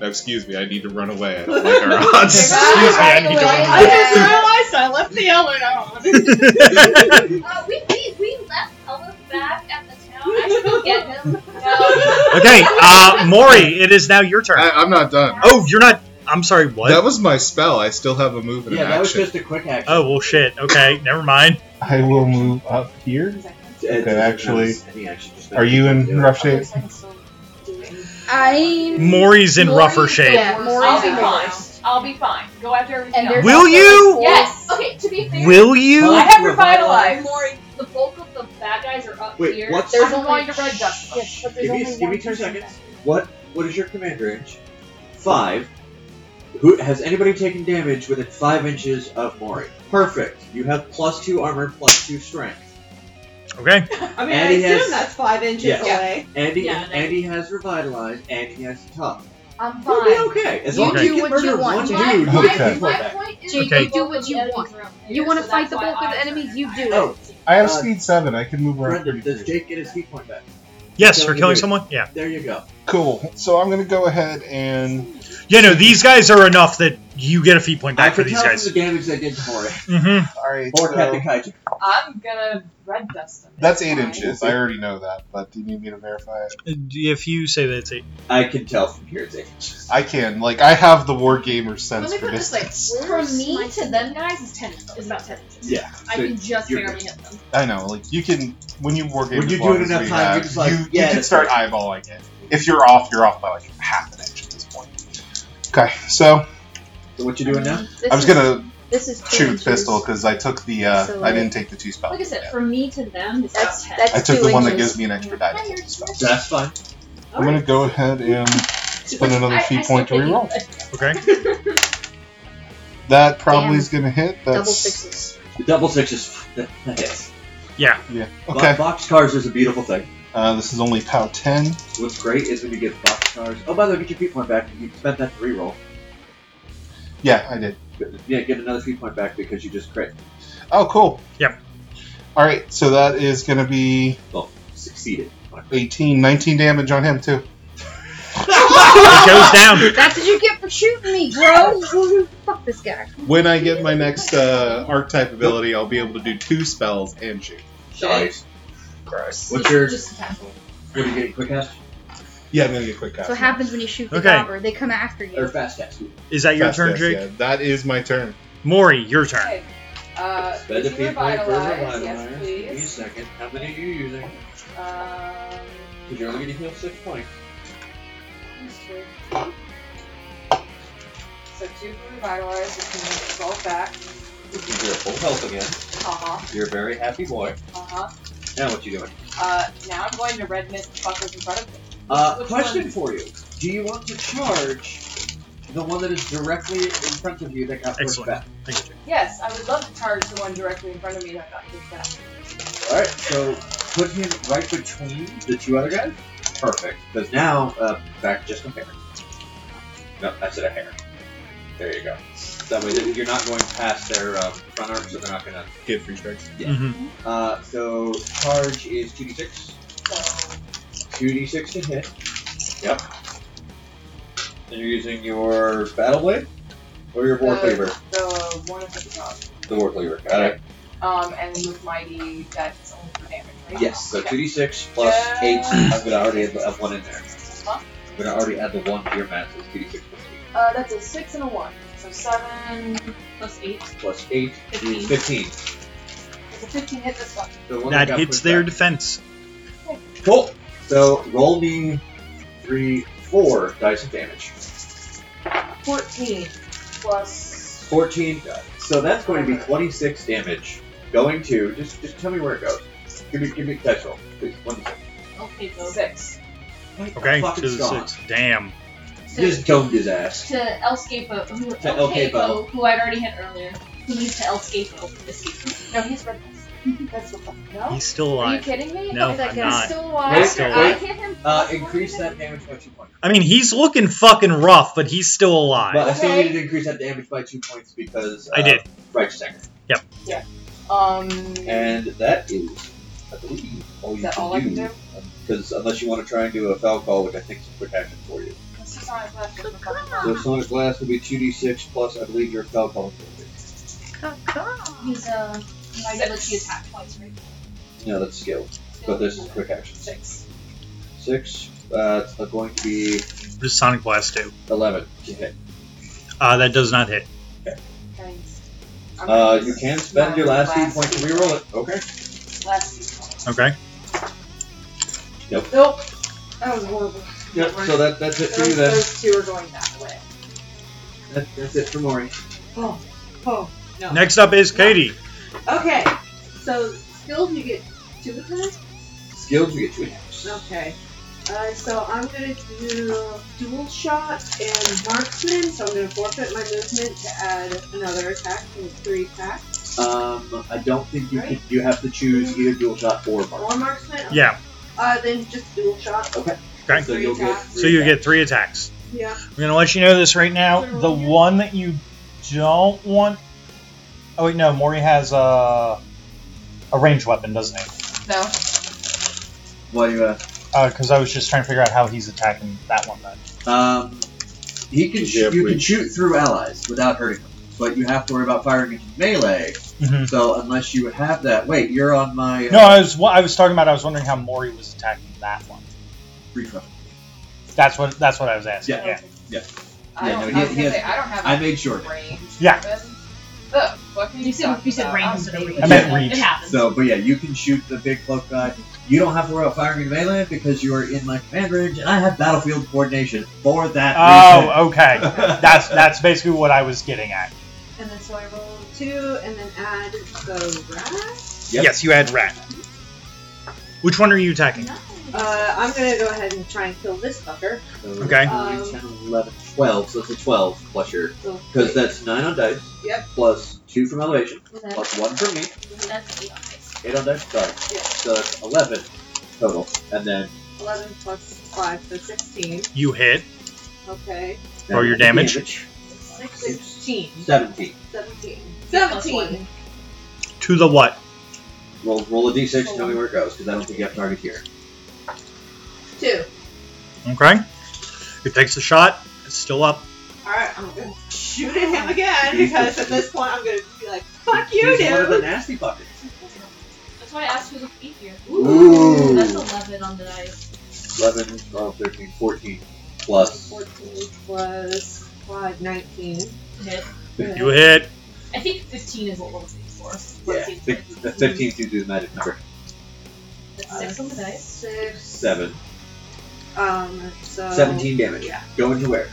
[SPEAKER 9] Now, excuse me, I need to run away. I don't
[SPEAKER 3] (laughs)
[SPEAKER 9] like our odds. excuse me, I
[SPEAKER 8] Right
[SPEAKER 9] need
[SPEAKER 8] away.
[SPEAKER 9] to run
[SPEAKER 4] I just realized I left the element on.
[SPEAKER 6] Uh, we, we, we left Ellis back at the town. I should go
[SPEAKER 4] (laughs)
[SPEAKER 6] get him.
[SPEAKER 5] No.
[SPEAKER 2] Okay, uh, Maury, it is now your turn.
[SPEAKER 9] I, I'm not done.
[SPEAKER 2] oh, you're not. I'm sorry. What?
[SPEAKER 9] That was my spell. I still have a move and
[SPEAKER 3] Yeah,
[SPEAKER 9] an
[SPEAKER 3] that was
[SPEAKER 9] action.
[SPEAKER 3] just a quick action.
[SPEAKER 2] oh well, shit. Okay, never mind.
[SPEAKER 9] I will move up here.
[SPEAKER 3] It-
[SPEAKER 9] Okay, actually,
[SPEAKER 3] any action, just
[SPEAKER 9] Are you in
[SPEAKER 3] Yeah.
[SPEAKER 9] rough shape?
[SPEAKER 8] I'm.
[SPEAKER 2] Maury's in rougher
[SPEAKER 8] Maury's
[SPEAKER 2] shape.
[SPEAKER 8] Yeah,
[SPEAKER 5] I'll
[SPEAKER 8] Maury's
[SPEAKER 5] be
[SPEAKER 8] in
[SPEAKER 5] fine.
[SPEAKER 8] rough
[SPEAKER 5] I'll be fine. Go after everything
[SPEAKER 8] And
[SPEAKER 5] else.
[SPEAKER 8] there's
[SPEAKER 2] Will
[SPEAKER 8] also-
[SPEAKER 2] you?
[SPEAKER 5] Yes. Okay. To be fair,
[SPEAKER 2] Will you?
[SPEAKER 5] I
[SPEAKER 3] Huh?
[SPEAKER 5] have revitalized.
[SPEAKER 6] Maury, the bulk of the bad guys are up
[SPEAKER 3] Wait,
[SPEAKER 6] here.
[SPEAKER 3] what's-
[SPEAKER 5] There's
[SPEAKER 8] I'm
[SPEAKER 5] only
[SPEAKER 8] like,
[SPEAKER 5] the red duck.
[SPEAKER 8] Yes, but there's
[SPEAKER 3] Give me-
[SPEAKER 8] only
[SPEAKER 3] give
[SPEAKER 8] one
[SPEAKER 3] me two
[SPEAKER 8] person
[SPEAKER 3] seconds.
[SPEAKER 8] left.
[SPEAKER 3] What what is your command range? Five. Who has anybody taken damage within five inches of Mori? Perfect. You have plus two armor, plus two strength.
[SPEAKER 2] Okay.
[SPEAKER 4] I mean,
[SPEAKER 3] And
[SPEAKER 4] I
[SPEAKER 3] he
[SPEAKER 4] assume
[SPEAKER 3] has-
[SPEAKER 4] that's five inches
[SPEAKER 3] Yeah.
[SPEAKER 4] away.
[SPEAKER 3] Andy
[SPEAKER 6] Yeah,
[SPEAKER 3] and
[SPEAKER 6] no.
[SPEAKER 3] Andy has revitalized, and he has tough.
[SPEAKER 8] I'm
[SPEAKER 3] You'll
[SPEAKER 8] fine.
[SPEAKER 3] be okay. As
[SPEAKER 8] You
[SPEAKER 3] long as
[SPEAKER 8] do
[SPEAKER 3] you can
[SPEAKER 8] what you
[SPEAKER 3] murder
[SPEAKER 8] want.
[SPEAKER 3] one dude,
[SPEAKER 6] my,
[SPEAKER 9] do.
[SPEAKER 3] you'll be
[SPEAKER 6] my,
[SPEAKER 9] Okay.
[SPEAKER 6] my point is
[SPEAKER 8] Jake,
[SPEAKER 2] Okay.
[SPEAKER 6] the
[SPEAKER 8] you do
[SPEAKER 6] bulk
[SPEAKER 8] what
[SPEAKER 6] of
[SPEAKER 8] you
[SPEAKER 6] the enemies
[SPEAKER 8] want.
[SPEAKER 6] are up
[SPEAKER 8] You
[SPEAKER 6] here,
[SPEAKER 8] wanna
[SPEAKER 6] so
[SPEAKER 8] fight
[SPEAKER 6] that's
[SPEAKER 8] the
[SPEAKER 6] why
[SPEAKER 8] bulk of the
[SPEAKER 6] I'm
[SPEAKER 8] enemies, you
[SPEAKER 6] turning.
[SPEAKER 8] do
[SPEAKER 3] it.
[SPEAKER 9] I have
[SPEAKER 3] Uh,
[SPEAKER 9] speed seven. I can move around.
[SPEAKER 3] Brendan, does
[SPEAKER 9] pretty free.
[SPEAKER 3] Jake get his key point back?
[SPEAKER 2] Yes, for killing someone. Yeah.
[SPEAKER 3] There you go.
[SPEAKER 9] Cool. So I'm gonna go ahead and
[SPEAKER 2] Yeah. No, these guys are enough that you get a feat point
[SPEAKER 3] I
[SPEAKER 2] back for
[SPEAKER 3] can
[SPEAKER 2] these
[SPEAKER 3] tell
[SPEAKER 2] guys.
[SPEAKER 3] from the damage they did to Mori.
[SPEAKER 2] hmm
[SPEAKER 9] all right.
[SPEAKER 3] Or Cat the
[SPEAKER 9] So
[SPEAKER 3] Kaiju.
[SPEAKER 5] I'm gonna red dust them.
[SPEAKER 9] that's eight inches. I already know that, but do you need me to verify it?
[SPEAKER 2] If you say that it's eight.
[SPEAKER 3] I can tell from here it's eight inches.
[SPEAKER 9] I can. Like I have the war gamer
[SPEAKER 6] Let
[SPEAKER 9] sense
[SPEAKER 6] me
[SPEAKER 9] for
[SPEAKER 6] put it this
[SPEAKER 9] distance.
[SPEAKER 6] way.
[SPEAKER 5] Where's
[SPEAKER 6] From
[SPEAKER 5] my-
[SPEAKER 6] me to them guys is ten. Is about ten inches.
[SPEAKER 3] Yeah.
[SPEAKER 6] I
[SPEAKER 3] so
[SPEAKER 6] can just
[SPEAKER 3] you're
[SPEAKER 6] barely hit them.
[SPEAKER 9] I know. Like you can when you war game.
[SPEAKER 3] When you
[SPEAKER 9] as
[SPEAKER 3] do
[SPEAKER 9] long
[SPEAKER 3] it
[SPEAKER 9] as
[SPEAKER 3] enough
[SPEAKER 9] we
[SPEAKER 3] times, you're
[SPEAKER 9] have,
[SPEAKER 3] just like,
[SPEAKER 9] you,
[SPEAKER 3] yeah,
[SPEAKER 9] you can
[SPEAKER 3] that's
[SPEAKER 9] start eyeballing it. If you're off, you're off by like half an inch at this point. Okay, so
[SPEAKER 3] So what you doing now?
[SPEAKER 8] This
[SPEAKER 9] I was
[SPEAKER 8] is-
[SPEAKER 9] gonna
[SPEAKER 8] This is two
[SPEAKER 9] shoot
[SPEAKER 8] inches.
[SPEAKER 9] with pistol because I took the uh,
[SPEAKER 8] So,
[SPEAKER 9] I
[SPEAKER 8] like-
[SPEAKER 9] didn't take the two spell.
[SPEAKER 6] Like I said,
[SPEAKER 9] Yeah.
[SPEAKER 6] from me to them is
[SPEAKER 8] That's
[SPEAKER 6] about ten.
[SPEAKER 8] that's
[SPEAKER 9] I took
[SPEAKER 8] two
[SPEAKER 9] the one that
[SPEAKER 8] inches.
[SPEAKER 9] gives me an extra die to take the spell.
[SPEAKER 3] That's fine.
[SPEAKER 9] I'm gonna go ahead and spend another
[SPEAKER 6] I-
[SPEAKER 9] feat
[SPEAKER 6] I
[SPEAKER 9] point to
[SPEAKER 6] still think
[SPEAKER 9] reroll.
[SPEAKER 6] you-
[SPEAKER 2] Okay.
[SPEAKER 9] That probably
[SPEAKER 8] Damn.
[SPEAKER 9] is going to hit. That's
[SPEAKER 8] Double sixes.
[SPEAKER 3] The double sixes. yes.
[SPEAKER 2] Yeah.
[SPEAKER 9] Yeah. Okay.
[SPEAKER 3] Box cars is a beautiful thing.
[SPEAKER 9] Uh, this is only POW 10.
[SPEAKER 3] What's great is when you get box cars. Oh, by the way, get your feet point back. You spent that to reroll.
[SPEAKER 9] Yeah, I did.
[SPEAKER 3] Yeah, get another feet point back because you just crit.
[SPEAKER 9] Oh, cool.
[SPEAKER 2] Yep.
[SPEAKER 9] All right, so that is going to be
[SPEAKER 3] Well, succeeded.
[SPEAKER 9] 18, 19 damage on him,
[SPEAKER 3] (laughs)
[SPEAKER 9] too.
[SPEAKER 2] (laughs) It goes down.
[SPEAKER 8] That's what you get for shooting me, bro.
[SPEAKER 2] (laughs)
[SPEAKER 8] Fuck this guy.
[SPEAKER 9] When I get my next uh, archetype ability, I'll be able to do two spells and shoot.
[SPEAKER 3] Nice.
[SPEAKER 2] Gross.
[SPEAKER 3] What's your?
[SPEAKER 6] Just tackle.
[SPEAKER 3] What are you getting? Quick cast
[SPEAKER 9] Yeah, I'm going to get quick cast.
[SPEAKER 8] So what happens when you shoot the
[SPEAKER 2] Okay.
[SPEAKER 8] copper? They come after
[SPEAKER 3] or
[SPEAKER 8] you.
[SPEAKER 3] fast cast?
[SPEAKER 2] Is that your
[SPEAKER 9] Fast
[SPEAKER 2] turn,
[SPEAKER 9] cast,
[SPEAKER 2] Jake?
[SPEAKER 9] yeah. That is my turn.
[SPEAKER 2] Maury, your turn.
[SPEAKER 5] Okay. Uh,
[SPEAKER 3] Spend a
[SPEAKER 5] did you
[SPEAKER 3] feet point for
[SPEAKER 5] revitalize? Yes,
[SPEAKER 3] revitalize. Give me a
[SPEAKER 5] please.
[SPEAKER 3] second. How many are you using?
[SPEAKER 5] Um,
[SPEAKER 3] Because you're only going to heal six points.
[SPEAKER 5] so two for revitalize, which means twelve back.
[SPEAKER 3] You're full health again.
[SPEAKER 5] Uh huh.
[SPEAKER 3] You're a very happy boy.
[SPEAKER 5] Uh huh.
[SPEAKER 3] Now what you doing?
[SPEAKER 5] Uh, now I'm going to red mist the fuckers in front of me.
[SPEAKER 3] Uh,
[SPEAKER 5] Which
[SPEAKER 3] question
[SPEAKER 5] one?
[SPEAKER 3] for you. Do you want to charge the one that is directly in front of you that got pushed
[SPEAKER 2] Excellent.
[SPEAKER 3] back?
[SPEAKER 2] Thank you, Jake.
[SPEAKER 5] Yes, I would love to charge the one directly in front of me that got pushed back.
[SPEAKER 3] Alright, so put him right between the two other guys. Perfect. Because now, uh, back just a hair. No, that's it, a hair. There you go. That way that you're not going past their um, front arm, so they're not going to.
[SPEAKER 9] Get free strikes.
[SPEAKER 2] Mhm.
[SPEAKER 3] Uh, so charge is 2d6.
[SPEAKER 5] So
[SPEAKER 3] 2d6 to hit. Yep. And you're using your battle blade or your war
[SPEAKER 5] Uh,
[SPEAKER 3] cleaver?
[SPEAKER 5] the one at the top.
[SPEAKER 3] The war cleaver. Got it.
[SPEAKER 5] Um, and with mighty, that's only for damage, right?
[SPEAKER 3] Yes. So
[SPEAKER 5] Okay.
[SPEAKER 3] two d six plus
[SPEAKER 5] Yeah.
[SPEAKER 3] eight. I'm gonna already add, the- add one in there.
[SPEAKER 5] Huh?
[SPEAKER 3] I'm gonna already add the one to your math. So two d six plus eight
[SPEAKER 5] Uh, that's a six and a one, so seven.
[SPEAKER 6] Plus eight.
[SPEAKER 3] plus eight is fifteen.
[SPEAKER 6] Fifteen.
[SPEAKER 5] Does a fifteen hit this one?
[SPEAKER 3] The one
[SPEAKER 2] That
[SPEAKER 3] got
[SPEAKER 2] hits
[SPEAKER 3] pushed
[SPEAKER 2] their
[SPEAKER 3] back.
[SPEAKER 2] defense.
[SPEAKER 3] Cool. So roll me three, four dice of damage.
[SPEAKER 5] Fourteen plus.
[SPEAKER 3] Fourteen. So that's going to be twenty six damage. Going to just just tell me where it goes. Give me give me a dice roll. It's 26.
[SPEAKER 6] Okay, go.
[SPEAKER 5] Six.
[SPEAKER 2] Okay,
[SPEAKER 3] Fuck,
[SPEAKER 2] to
[SPEAKER 3] it's
[SPEAKER 2] the
[SPEAKER 3] gone.
[SPEAKER 2] six. Damn.
[SPEAKER 6] So,
[SPEAKER 3] Just domed his ass.
[SPEAKER 6] to El Scapo, who,
[SPEAKER 3] To El
[SPEAKER 6] El
[SPEAKER 3] Capo.
[SPEAKER 6] Capo, who I'd already hit earlier, who moves to El Scapo this week.
[SPEAKER 5] No, he's red. That's the fucking no.
[SPEAKER 2] He's still
[SPEAKER 8] Oh.
[SPEAKER 5] Are you
[SPEAKER 2] alive.
[SPEAKER 5] kidding me?
[SPEAKER 2] No,
[SPEAKER 5] that
[SPEAKER 2] I'm
[SPEAKER 5] guy's
[SPEAKER 2] not.
[SPEAKER 5] still
[SPEAKER 3] Wait,
[SPEAKER 5] alive.
[SPEAKER 2] Still
[SPEAKER 5] I
[SPEAKER 2] alive.
[SPEAKER 5] hit him.
[SPEAKER 3] Uh,
[SPEAKER 5] plus
[SPEAKER 3] increase
[SPEAKER 5] one.
[SPEAKER 3] that damage by two points.
[SPEAKER 2] I mean, he's looking fucking rough, but he's still alive.
[SPEAKER 3] But I still
[SPEAKER 5] Okay.
[SPEAKER 3] needed to increase that damage by two points because
[SPEAKER 2] I
[SPEAKER 3] uh,
[SPEAKER 2] did.
[SPEAKER 3] Righteous anger.
[SPEAKER 5] Um.
[SPEAKER 3] And that is, I believe, all
[SPEAKER 5] Is
[SPEAKER 3] you
[SPEAKER 5] that
[SPEAKER 3] can
[SPEAKER 5] all I can do?
[SPEAKER 3] Because unless you want to try and do a foul call, which I think is a quick action for you.
[SPEAKER 5] This is on his left. this is on his
[SPEAKER 3] So
[SPEAKER 5] right.
[SPEAKER 3] Sonic Blast will be 2d6 plus, I believe, your foul call. ability.
[SPEAKER 6] He's, uh, he might be able to attack twice, right?
[SPEAKER 3] No, that's skill. But this is quick action.
[SPEAKER 6] Six.
[SPEAKER 3] Six. Uh, it's going to be
[SPEAKER 2] What does Sonic Blast do?
[SPEAKER 3] 11 to hit.
[SPEAKER 2] Uh, that does not hit.
[SPEAKER 5] Thanks. I'm gonna
[SPEAKER 3] Uh,
[SPEAKER 5] use
[SPEAKER 3] you can spend your
[SPEAKER 5] my
[SPEAKER 3] last feed point to reroll it. Okay.
[SPEAKER 5] Last feed
[SPEAKER 2] Okay.
[SPEAKER 5] point. Nope. That was horrible.
[SPEAKER 3] Yep. So that, that's it for you
[SPEAKER 5] Those,
[SPEAKER 3] then.
[SPEAKER 5] those two are going that way.
[SPEAKER 3] That, that's it for Mori.
[SPEAKER 4] Oh, oh.
[SPEAKER 2] Next up is Katie.
[SPEAKER 4] Okay. So skilled, you get two of them.
[SPEAKER 3] Skills, you get two attacks.
[SPEAKER 4] Okay. Uh, so I'm gonna do dual shot and marksman. So I'm gonna forfeit my movement to add another attack from three attack
[SPEAKER 3] Um, I don't think you
[SPEAKER 4] Right.
[SPEAKER 3] could, you have to choose either dual shot or mark.
[SPEAKER 4] or marksman.
[SPEAKER 2] Yeah.
[SPEAKER 4] Uh, then just dual shot.
[SPEAKER 3] Okay.
[SPEAKER 2] Okay.
[SPEAKER 3] So you'll get.
[SPEAKER 4] attacks.
[SPEAKER 2] So you get three attacks.
[SPEAKER 4] Yeah.
[SPEAKER 2] I'm gonna let you know this right now. The one that you don't want. Oh wait, no. Maury has a a ranged weapon, doesn't he?
[SPEAKER 5] No.
[SPEAKER 3] Why do you uh, ask?
[SPEAKER 2] Because I was just trying to figure out how he's attacking that one. Then.
[SPEAKER 3] Um, he can
[SPEAKER 9] Does
[SPEAKER 3] sh-
[SPEAKER 9] he have
[SPEAKER 3] you can
[SPEAKER 9] reach?
[SPEAKER 3] shoot through allies without hurting them, but you have to worry about firing into melee.
[SPEAKER 2] Mhm.
[SPEAKER 3] So unless you have that, wait, you're on my uh,
[SPEAKER 2] No, I was what I was talking about. I was wondering how Maury was attacking that one.
[SPEAKER 3] brief weapon.
[SPEAKER 2] That's what that's what I was asking.
[SPEAKER 3] Yeah.
[SPEAKER 2] yeah.
[SPEAKER 5] I
[SPEAKER 3] Yeah,
[SPEAKER 5] don't,
[SPEAKER 3] no, he-
[SPEAKER 5] I was
[SPEAKER 3] he
[SPEAKER 5] gonna
[SPEAKER 3] has-
[SPEAKER 5] say, I don't have
[SPEAKER 3] I made sure.
[SPEAKER 5] range.
[SPEAKER 2] Yeah.
[SPEAKER 5] The fuck are you
[SPEAKER 6] You said,
[SPEAKER 5] talking
[SPEAKER 6] you said
[SPEAKER 5] about?
[SPEAKER 6] range
[SPEAKER 5] I'm
[SPEAKER 6] instead of
[SPEAKER 5] big.
[SPEAKER 6] reach.
[SPEAKER 2] I meant reach.
[SPEAKER 6] It happens.
[SPEAKER 3] So, but yeah, you can shoot the big cloak guy. You don't have to worry about firing into melee because you are in my command range, and I have battlefield coordination for that reason.
[SPEAKER 2] Oh, okay. That's that's basically what I was getting at.
[SPEAKER 4] And then so I roll two and then add the rat.
[SPEAKER 3] Yep.
[SPEAKER 2] Yes, you had rat. Which one are you attacking?
[SPEAKER 4] Nine. Uh, I'm gonna go ahead and try and kill this fucker.
[SPEAKER 3] (laughs) So uh,
[SPEAKER 2] Okay.
[SPEAKER 3] nine,
[SPEAKER 4] Um,
[SPEAKER 3] 10, 11, 12. So it's a 12 plus your.
[SPEAKER 4] So
[SPEAKER 3] Because that's 9 on dice.
[SPEAKER 4] Yep.
[SPEAKER 3] Plus 2 from elevation.
[SPEAKER 6] Okay.
[SPEAKER 3] Plus 1 from me.
[SPEAKER 6] That's eight on dice.
[SPEAKER 3] 8 on dice. Sorry.
[SPEAKER 4] Yeah.
[SPEAKER 3] So that's 11 total. And then.
[SPEAKER 4] 11 plus 5, so 16.
[SPEAKER 2] You hit.
[SPEAKER 4] Okay.
[SPEAKER 2] Roll your damage.
[SPEAKER 4] 16.
[SPEAKER 3] 17.
[SPEAKER 4] 17.
[SPEAKER 6] Plus
[SPEAKER 4] 17!
[SPEAKER 2] To the what?
[SPEAKER 3] Roll, roll a d6 tell me where it goes, because I don't think you have target here.
[SPEAKER 4] 2.
[SPEAKER 2] Okay. It takes a shot. It's still up.
[SPEAKER 4] Alright, I'm gonna shoot at him again because at this point I'm gonna be like, fuck you,
[SPEAKER 3] He's One of the
[SPEAKER 4] dude!
[SPEAKER 3] nasty buckets.
[SPEAKER 6] That's why I asked who looked easier.
[SPEAKER 3] Ooh.
[SPEAKER 6] That's 11 on the dice.
[SPEAKER 3] 11, 12, 13, 14. Plus.
[SPEAKER 4] 14 plus 5, 19.
[SPEAKER 6] Hit.
[SPEAKER 2] You hit.
[SPEAKER 6] I think 15 is what we're looking for.
[SPEAKER 3] Yeah.
[SPEAKER 6] 14.
[SPEAKER 3] fif- The 15 to do the magic number.
[SPEAKER 6] That's 6 on the dice.
[SPEAKER 4] 6.
[SPEAKER 3] 7.
[SPEAKER 4] Um, so.
[SPEAKER 3] 17 damage.
[SPEAKER 4] yeah.
[SPEAKER 3] Going to where?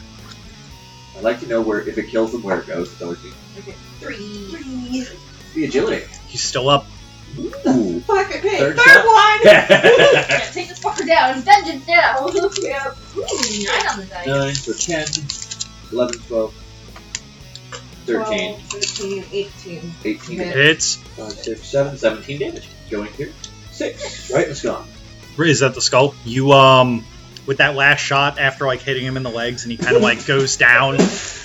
[SPEAKER 3] I'd like to know where, if it kills them, where it goes. It's always the-
[SPEAKER 6] 3.
[SPEAKER 4] Three.
[SPEAKER 3] the agility.
[SPEAKER 2] He's still up.
[SPEAKER 3] Ooh.
[SPEAKER 4] Fuck, okay,
[SPEAKER 3] Third
[SPEAKER 4] third,
[SPEAKER 3] shot.
[SPEAKER 4] one!
[SPEAKER 3] (laughs)
[SPEAKER 4] (laughs)
[SPEAKER 3] Nine,
[SPEAKER 6] Yeah, take this fucker down. Dungeon down.
[SPEAKER 4] Yep.
[SPEAKER 6] Ooh, 9 on the dice.
[SPEAKER 3] so 10, 11, 12, 13,
[SPEAKER 4] 12, 13, 18.
[SPEAKER 3] 18,
[SPEAKER 4] Yeah.
[SPEAKER 2] Hits.
[SPEAKER 3] 5, 6, 7, 17 damage. Going here. 6. Right, it's gone.
[SPEAKER 2] Is that the skull? You um, with that last shot after like hitting him in the legs, and he kind of like goes down.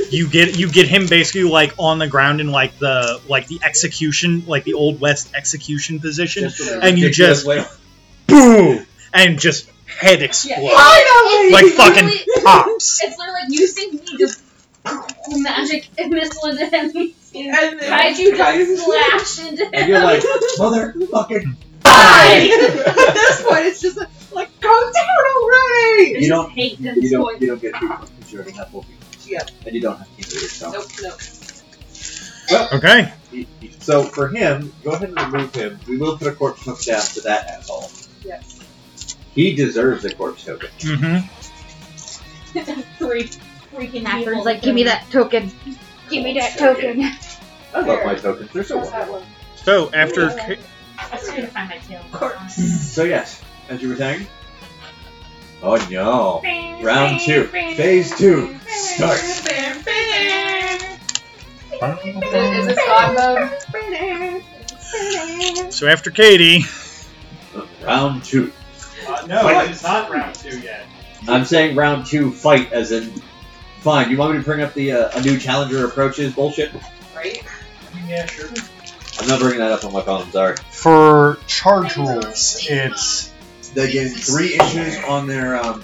[SPEAKER 2] You get you get him basically like on the ground in like the like the execution like the old west execution position,
[SPEAKER 3] Just a
[SPEAKER 2] And you just-
[SPEAKER 3] ridiculous way-
[SPEAKER 2] boom, and just head explodes.
[SPEAKER 6] Yeah.
[SPEAKER 4] Finally!
[SPEAKER 2] Like fucking
[SPEAKER 6] Literally-
[SPEAKER 4] (laughs)
[SPEAKER 2] pops.
[SPEAKER 6] It's literally like using me just magic and missile into him.
[SPEAKER 4] And then
[SPEAKER 6] Kaiju
[SPEAKER 4] Kaiju-
[SPEAKER 6] just slash into
[SPEAKER 3] And
[SPEAKER 6] him.
[SPEAKER 3] you're like, motherfucking. (laughs)
[SPEAKER 4] At this point, it's just like, like go down already!
[SPEAKER 3] You don't.
[SPEAKER 6] hate them
[SPEAKER 3] You
[SPEAKER 6] so
[SPEAKER 3] don't. You don't get two because you already have full feet.
[SPEAKER 4] Yeah.
[SPEAKER 3] And you don't have team leader, so.
[SPEAKER 4] Nope, nope.
[SPEAKER 2] Okay.
[SPEAKER 3] He- he- So for him, go ahead and remove him. We will put a corpse hook down to that asshole.
[SPEAKER 4] Yes.
[SPEAKER 3] He deserves a corpse token.
[SPEAKER 2] Mm-hmm.
[SPEAKER 6] (laughs) three freaking
[SPEAKER 8] Hacker's
[SPEAKER 6] people.
[SPEAKER 8] like, give me that token. Give me that token.
[SPEAKER 3] I love my tokens. They're so
[SPEAKER 4] How's that
[SPEAKER 3] wonderful.
[SPEAKER 4] one?
[SPEAKER 2] So after K-
[SPEAKER 6] I still need to find my tail.
[SPEAKER 3] So yes, as you were saying. Oh no! Round two, phase two, starts.
[SPEAKER 5] Is it, is it squad mode?
[SPEAKER 2] so after Katie,
[SPEAKER 3] Round two.
[SPEAKER 7] Uh, no,
[SPEAKER 3] Wait.
[SPEAKER 7] it's not round two yet.
[SPEAKER 3] I'm saying round two fight as in. Fine. You want me to bring up the uh, a new challenger approaches bullshit?
[SPEAKER 5] Right?
[SPEAKER 7] Yeah, sure.
[SPEAKER 3] I'm not bringing that up on my phone. I'm sorry.
[SPEAKER 2] for charge rules, it's
[SPEAKER 3] They gain three inches on their um,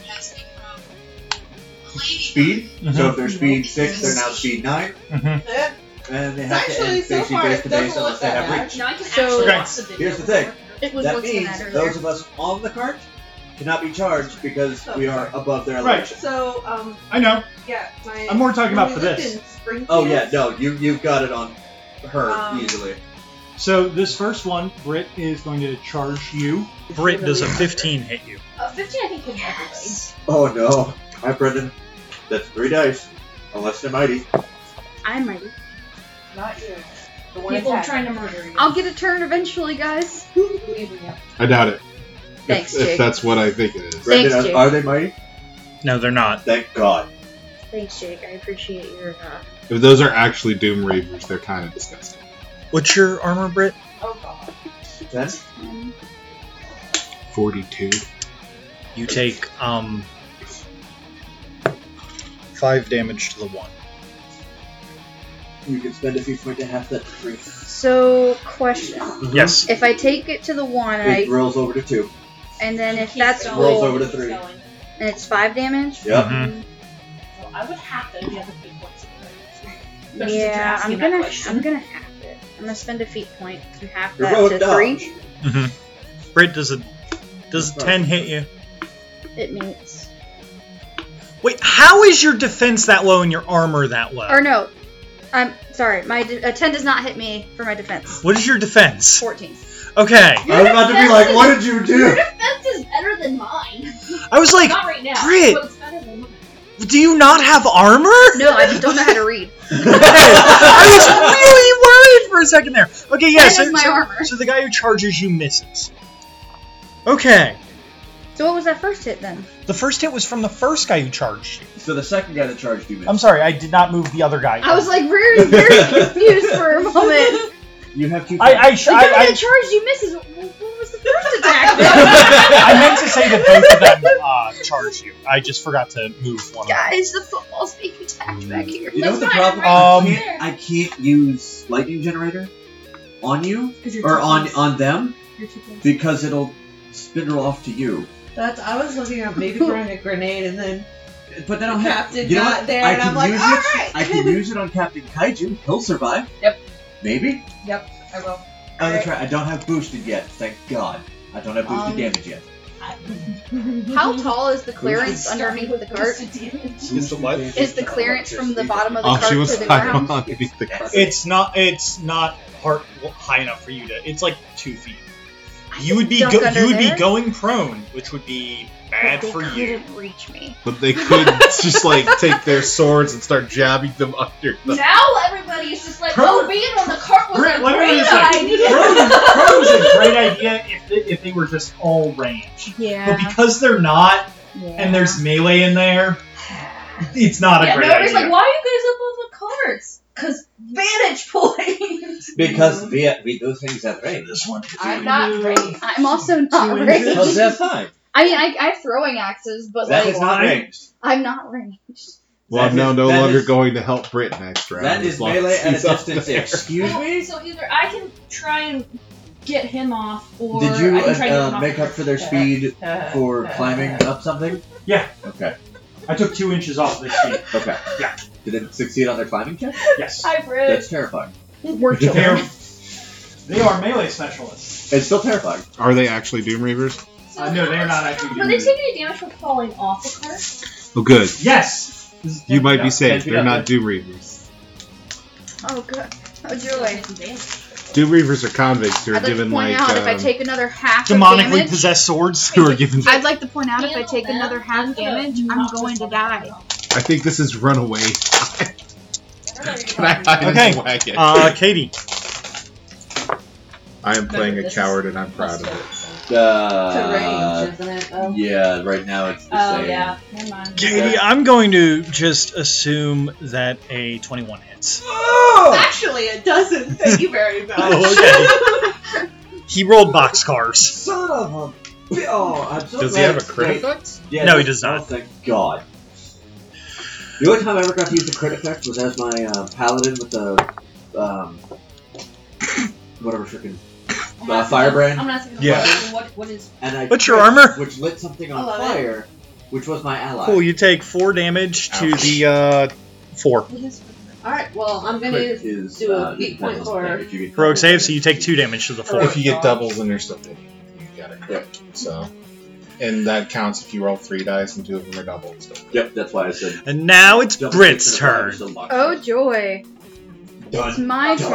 [SPEAKER 3] speed.
[SPEAKER 2] Mm-hmm.
[SPEAKER 3] So if they're speed six, they're now speed nine,
[SPEAKER 2] Mhm.
[SPEAKER 4] Yeah.
[SPEAKER 3] and they have to
[SPEAKER 4] Actually,
[SPEAKER 3] end
[SPEAKER 4] so
[SPEAKER 3] facing
[SPEAKER 4] far,
[SPEAKER 3] face
[SPEAKER 4] it
[SPEAKER 3] to
[SPEAKER 4] doesn't
[SPEAKER 3] face
[SPEAKER 4] look
[SPEAKER 3] unless they
[SPEAKER 4] that
[SPEAKER 3] have
[SPEAKER 4] bad.
[SPEAKER 3] reach.
[SPEAKER 6] Now I can
[SPEAKER 8] So-
[SPEAKER 6] actually watch the video.
[SPEAKER 3] Here's the thing.
[SPEAKER 8] It was
[SPEAKER 3] That
[SPEAKER 8] what's the
[SPEAKER 3] means
[SPEAKER 8] matter.
[SPEAKER 3] those of us on the cart cannot be charged because we are above their
[SPEAKER 7] Right.
[SPEAKER 3] elevation.
[SPEAKER 4] So, um,
[SPEAKER 7] I know.
[SPEAKER 4] yeah, my.
[SPEAKER 7] I'm more talking about for
[SPEAKER 4] when we lived
[SPEAKER 7] this.
[SPEAKER 4] in Springfield,
[SPEAKER 3] Oh yeah, (laughs) no, you you've got it on her
[SPEAKER 4] Um,
[SPEAKER 3] easily.
[SPEAKER 7] So this first one, Brit is going to charge you.
[SPEAKER 2] Brit does a 15 hit you.
[SPEAKER 6] Uh, 15 I think hits
[SPEAKER 3] Oh no, hi Brendan. That's three dice, unless they're mighty.
[SPEAKER 8] I'm ready.
[SPEAKER 5] Not you. The one
[SPEAKER 6] everybody. People
[SPEAKER 5] attack.
[SPEAKER 6] trying to murder you.
[SPEAKER 8] I'll get a turn eventually, guys.
[SPEAKER 5] Believe (laughs) me.
[SPEAKER 9] I doubt it.
[SPEAKER 8] Thanks,
[SPEAKER 9] if, if
[SPEAKER 8] Jake.
[SPEAKER 9] that's what I think it is.
[SPEAKER 3] Brendan,
[SPEAKER 8] Thanks, Jake.
[SPEAKER 3] are, are they mighty?
[SPEAKER 2] No, they're not.
[SPEAKER 3] Thank God.
[SPEAKER 8] Thanks, Jake. I appreciate your. Uh...
[SPEAKER 9] If those are actually Doom Reavers, they're kind of disgusting.
[SPEAKER 2] What's your armor, Brit?
[SPEAKER 5] Oh god.
[SPEAKER 3] Then
[SPEAKER 9] 42.
[SPEAKER 2] You take um five damage to the one.
[SPEAKER 3] you can spend a few point to half that to three.
[SPEAKER 8] So, question:
[SPEAKER 7] Mm-hmm.
[SPEAKER 2] Yes.
[SPEAKER 8] If I take it to the one,
[SPEAKER 3] It
[SPEAKER 8] I
[SPEAKER 3] rolls over to two.
[SPEAKER 8] and then if
[SPEAKER 6] Keep
[SPEAKER 8] that's
[SPEAKER 6] going,
[SPEAKER 3] Rolls
[SPEAKER 8] rolled
[SPEAKER 3] over to
[SPEAKER 6] keep
[SPEAKER 3] three.
[SPEAKER 6] going.
[SPEAKER 8] and it's five damage,
[SPEAKER 3] Yep.
[SPEAKER 2] Mhm.
[SPEAKER 6] Well, I would have to get the big points. Especially since you're
[SPEAKER 8] yeah,
[SPEAKER 6] asking
[SPEAKER 8] I'm
[SPEAKER 6] that
[SPEAKER 8] gonna
[SPEAKER 6] question.
[SPEAKER 8] I'm gonna half it. I'm gonna spend a feat point and half that
[SPEAKER 3] Heroic
[SPEAKER 8] to
[SPEAKER 3] dodge.
[SPEAKER 8] three.
[SPEAKER 2] Brit does a does a ten hit you?
[SPEAKER 8] It means,
[SPEAKER 2] Wait, how is your defense that low and your armor that low?
[SPEAKER 8] or no, I'm sorry. My de- a ten does not hit me for my defense.
[SPEAKER 2] What is your defense?
[SPEAKER 8] Fourteen.
[SPEAKER 2] Okay.
[SPEAKER 3] I was about to be like, what did you
[SPEAKER 6] Your
[SPEAKER 4] (laughs)
[SPEAKER 3] do?
[SPEAKER 6] defense is better than mine.
[SPEAKER 2] I was like,
[SPEAKER 6] Not right now.
[SPEAKER 2] Brit.
[SPEAKER 6] But it's better than mine.
[SPEAKER 2] do you not have armor?
[SPEAKER 8] (laughs) No, I just don't know how to read.
[SPEAKER 2] I was really worried for a second there. Okay, yeah,
[SPEAKER 8] Where
[SPEAKER 2] so,
[SPEAKER 8] is my
[SPEAKER 2] so-
[SPEAKER 8] armor?
[SPEAKER 2] so the guy who charges you misses. Okay.
[SPEAKER 8] So what was that first hit then?
[SPEAKER 2] The first hit was from the first guy who charged you.
[SPEAKER 3] So the second guy that charged you missed.
[SPEAKER 2] I'm sorry, I did not move the other guy.
[SPEAKER 8] I was like very, very confused for (laughs) a moment.
[SPEAKER 3] You have two.
[SPEAKER 2] I I, sh-
[SPEAKER 8] The guy
[SPEAKER 2] I,
[SPEAKER 8] that charged you misses. wh- What was the first attack?
[SPEAKER 2] (laughs) I, I meant to say that both of them uh, charged you. I just forgot to move one. of them.
[SPEAKER 8] Guys, the football's being attacked back here.
[SPEAKER 3] Mm, You know what the problem?
[SPEAKER 2] Um,
[SPEAKER 3] I can't- I can't use lightning generator on you or on on them
[SPEAKER 6] You're too close.
[SPEAKER 3] because it'll spindle off to you.
[SPEAKER 4] That's I was looking at maybe throwing a grenade and then
[SPEAKER 3] But then
[SPEAKER 4] the
[SPEAKER 3] I'll have.
[SPEAKER 4] captain
[SPEAKER 3] you know
[SPEAKER 4] got
[SPEAKER 3] what?
[SPEAKER 4] there
[SPEAKER 3] I
[SPEAKER 4] and
[SPEAKER 3] can
[SPEAKER 4] I'm like,
[SPEAKER 3] use
[SPEAKER 4] all
[SPEAKER 3] it.
[SPEAKER 4] right.
[SPEAKER 3] I
[SPEAKER 4] (laughs)
[SPEAKER 3] can use it on Captain Kaiju. He'll survive.
[SPEAKER 5] Yep.
[SPEAKER 3] Maybe.
[SPEAKER 5] Yep, I will.
[SPEAKER 3] Oh, that's right. I don't have boosted yet. Thank God. I don't have boosted
[SPEAKER 4] Um,
[SPEAKER 3] damage yet.
[SPEAKER 8] How tall is the clearance underneath the cart?
[SPEAKER 3] (laughs)
[SPEAKER 12] Is the what?
[SPEAKER 8] Is the clearance from the bottom
[SPEAKER 3] Uh,
[SPEAKER 8] of the
[SPEAKER 9] Oh,
[SPEAKER 8] cart
[SPEAKER 9] she was
[SPEAKER 8] to the
[SPEAKER 9] high
[SPEAKER 8] ground?
[SPEAKER 9] on underneath the car.
[SPEAKER 2] It's not. It's not hard, high enough for you to. It's like two feet. You would be.
[SPEAKER 8] Duck
[SPEAKER 2] Go,
[SPEAKER 8] under
[SPEAKER 2] you would be
[SPEAKER 8] there?
[SPEAKER 2] going prone, which would be bad for you.
[SPEAKER 8] couldn't reach me.
[SPEAKER 9] But they could just like take their swords and start jabbing them (laughs) under. The-
[SPEAKER 6] Now everybody's just like,
[SPEAKER 3] Bro-
[SPEAKER 6] oh, being on the cart was
[SPEAKER 2] Bro-
[SPEAKER 6] a
[SPEAKER 2] wait a
[SPEAKER 6] great
[SPEAKER 2] second.
[SPEAKER 3] (laughs)
[SPEAKER 6] idea.
[SPEAKER 2] Prone is a great idea if they, if they were just all ranged, but
[SPEAKER 8] Yeah.
[SPEAKER 2] because they're not,
[SPEAKER 8] Uh-huh. yeah.
[SPEAKER 2] and there's melee in there, it's not a
[SPEAKER 6] Yeah,
[SPEAKER 2] great
[SPEAKER 6] nobody's
[SPEAKER 2] idea.
[SPEAKER 6] like, why are you guys above the carts? 'Cause vantage point. (laughs)
[SPEAKER 3] Because we, we those things have range.
[SPEAKER 2] this one.
[SPEAKER 4] I'm
[SPEAKER 5] not
[SPEAKER 4] great.
[SPEAKER 8] I'm also not
[SPEAKER 4] Two
[SPEAKER 8] ranged.
[SPEAKER 4] inches?
[SPEAKER 3] How's that fine?
[SPEAKER 8] I mean, I, I have throwing axes, but
[SPEAKER 3] That
[SPEAKER 8] like
[SPEAKER 3] is not ranged.
[SPEAKER 8] I'm not ranged.
[SPEAKER 9] Well,
[SPEAKER 3] That
[SPEAKER 9] I'm now
[SPEAKER 3] is-
[SPEAKER 9] no
[SPEAKER 3] that
[SPEAKER 9] longer
[SPEAKER 3] is-
[SPEAKER 9] going to help Brit next round.
[SPEAKER 3] That is
[SPEAKER 9] as long
[SPEAKER 3] melee
[SPEAKER 9] as
[SPEAKER 3] at a
[SPEAKER 9] he's up
[SPEAKER 3] distance.
[SPEAKER 9] there.
[SPEAKER 3] Excuse
[SPEAKER 6] Well,
[SPEAKER 3] me.
[SPEAKER 6] So either I can try and get him off, or
[SPEAKER 3] Did you
[SPEAKER 6] I can try and get
[SPEAKER 3] uh,
[SPEAKER 6] him
[SPEAKER 3] uh,
[SPEAKER 6] off
[SPEAKER 3] make up for
[SPEAKER 6] (laughs)
[SPEAKER 3] their speed for climbing up something?
[SPEAKER 7] Yeah.
[SPEAKER 3] Okay.
[SPEAKER 7] I took two inches off this feet.
[SPEAKER 3] Okay.
[SPEAKER 7] Yeah.
[SPEAKER 3] Did it succeed on their climbing check?
[SPEAKER 7] Yes.
[SPEAKER 6] hybrid.
[SPEAKER 3] That's terrifying.
[SPEAKER 8] We're
[SPEAKER 7] They are,
[SPEAKER 8] children.
[SPEAKER 7] they are melee specialists.
[SPEAKER 3] It's still terrifying.
[SPEAKER 9] Are they actually Doom Reavers?
[SPEAKER 7] Uh, no, they're not actually
[SPEAKER 6] Were they
[SPEAKER 7] doing
[SPEAKER 6] taking any damage from falling off the cart?
[SPEAKER 9] Oh, good.
[SPEAKER 7] Yes. This is-
[SPEAKER 9] You might
[SPEAKER 7] Yeah.
[SPEAKER 9] be safe.
[SPEAKER 3] Thank you.
[SPEAKER 9] They're not Doom Reavers.
[SPEAKER 8] Oh good. Oh
[SPEAKER 6] Like,
[SPEAKER 8] joy.
[SPEAKER 9] Doom Reavers are convicts who are
[SPEAKER 8] I'd like to
[SPEAKER 9] given
[SPEAKER 8] point
[SPEAKER 9] like
[SPEAKER 8] out if I
[SPEAKER 9] um,
[SPEAKER 8] take another half of
[SPEAKER 2] Demonically
[SPEAKER 8] damage.
[SPEAKER 2] possessed swords.
[SPEAKER 9] who are given.
[SPEAKER 8] I'd like to point out if I
[SPEAKER 6] Handle
[SPEAKER 8] take
[SPEAKER 6] them.
[SPEAKER 8] another half damage, I'm going to die.
[SPEAKER 9] I think this is
[SPEAKER 8] (laughs)
[SPEAKER 9] Runaway. Can (laughs) I hide in
[SPEAKER 2] Okay.
[SPEAKER 9] the wagon?
[SPEAKER 2] Uh, Katie.
[SPEAKER 9] I am playing a
[SPEAKER 6] this
[SPEAKER 9] coward and I'm proud of it.
[SPEAKER 3] Uh,
[SPEAKER 4] to range, isn't it? Oh.
[SPEAKER 5] Um,
[SPEAKER 3] yeah, right now it's the
[SPEAKER 6] Oh
[SPEAKER 3] same.
[SPEAKER 6] yeah, never mind.
[SPEAKER 2] Katie, I'm going to just assume that a 21 hits.
[SPEAKER 4] Oh! Actually, it doesn't. Thank you very much.
[SPEAKER 2] Oh, okay. he rolled boxcars.
[SPEAKER 3] Son of a. bi- Oh, I'm so
[SPEAKER 9] Does he
[SPEAKER 3] glad-
[SPEAKER 9] have a crit
[SPEAKER 3] Wait,
[SPEAKER 9] effect?
[SPEAKER 3] yeah,
[SPEAKER 2] No, he
[SPEAKER 3] that's-
[SPEAKER 2] does not.
[SPEAKER 3] oh, thank God. The only time I ever got to use the crit effect was as my uh, paladin with the um, whatever freaking,
[SPEAKER 6] I'm not
[SPEAKER 3] Uh, firebrand?
[SPEAKER 6] thinking- I'm not thinking.
[SPEAKER 9] Yeah.
[SPEAKER 6] about What, what is?
[SPEAKER 3] and I.
[SPEAKER 2] What's your
[SPEAKER 3] crit,
[SPEAKER 2] armor?
[SPEAKER 3] Which lit something on
[SPEAKER 4] I love it.
[SPEAKER 3] fire, which was my ally.
[SPEAKER 2] Cool, you take four damage to
[SPEAKER 3] Ouch.
[SPEAKER 2] the uh, four.
[SPEAKER 6] What is
[SPEAKER 4] All right. Well, I'm gonna.
[SPEAKER 3] Crit is,
[SPEAKER 4] do a
[SPEAKER 3] uh,
[SPEAKER 4] eight
[SPEAKER 3] depends
[SPEAKER 4] point
[SPEAKER 3] on
[SPEAKER 4] four.
[SPEAKER 3] if you can-
[SPEAKER 2] Heroic save, so you take two damage to the four.
[SPEAKER 9] If you get doubles and you're still hitting, you get it.
[SPEAKER 3] Yep.
[SPEAKER 9] So, and that counts if you roll three dice and two of them are doubles.
[SPEAKER 3] Yep, that's why I said.
[SPEAKER 2] And now it's
[SPEAKER 3] double
[SPEAKER 2] Brit's
[SPEAKER 3] crit effect
[SPEAKER 2] turn.
[SPEAKER 3] is a lot.
[SPEAKER 8] Oh joy. It's
[SPEAKER 3] Done.
[SPEAKER 8] my
[SPEAKER 3] Done.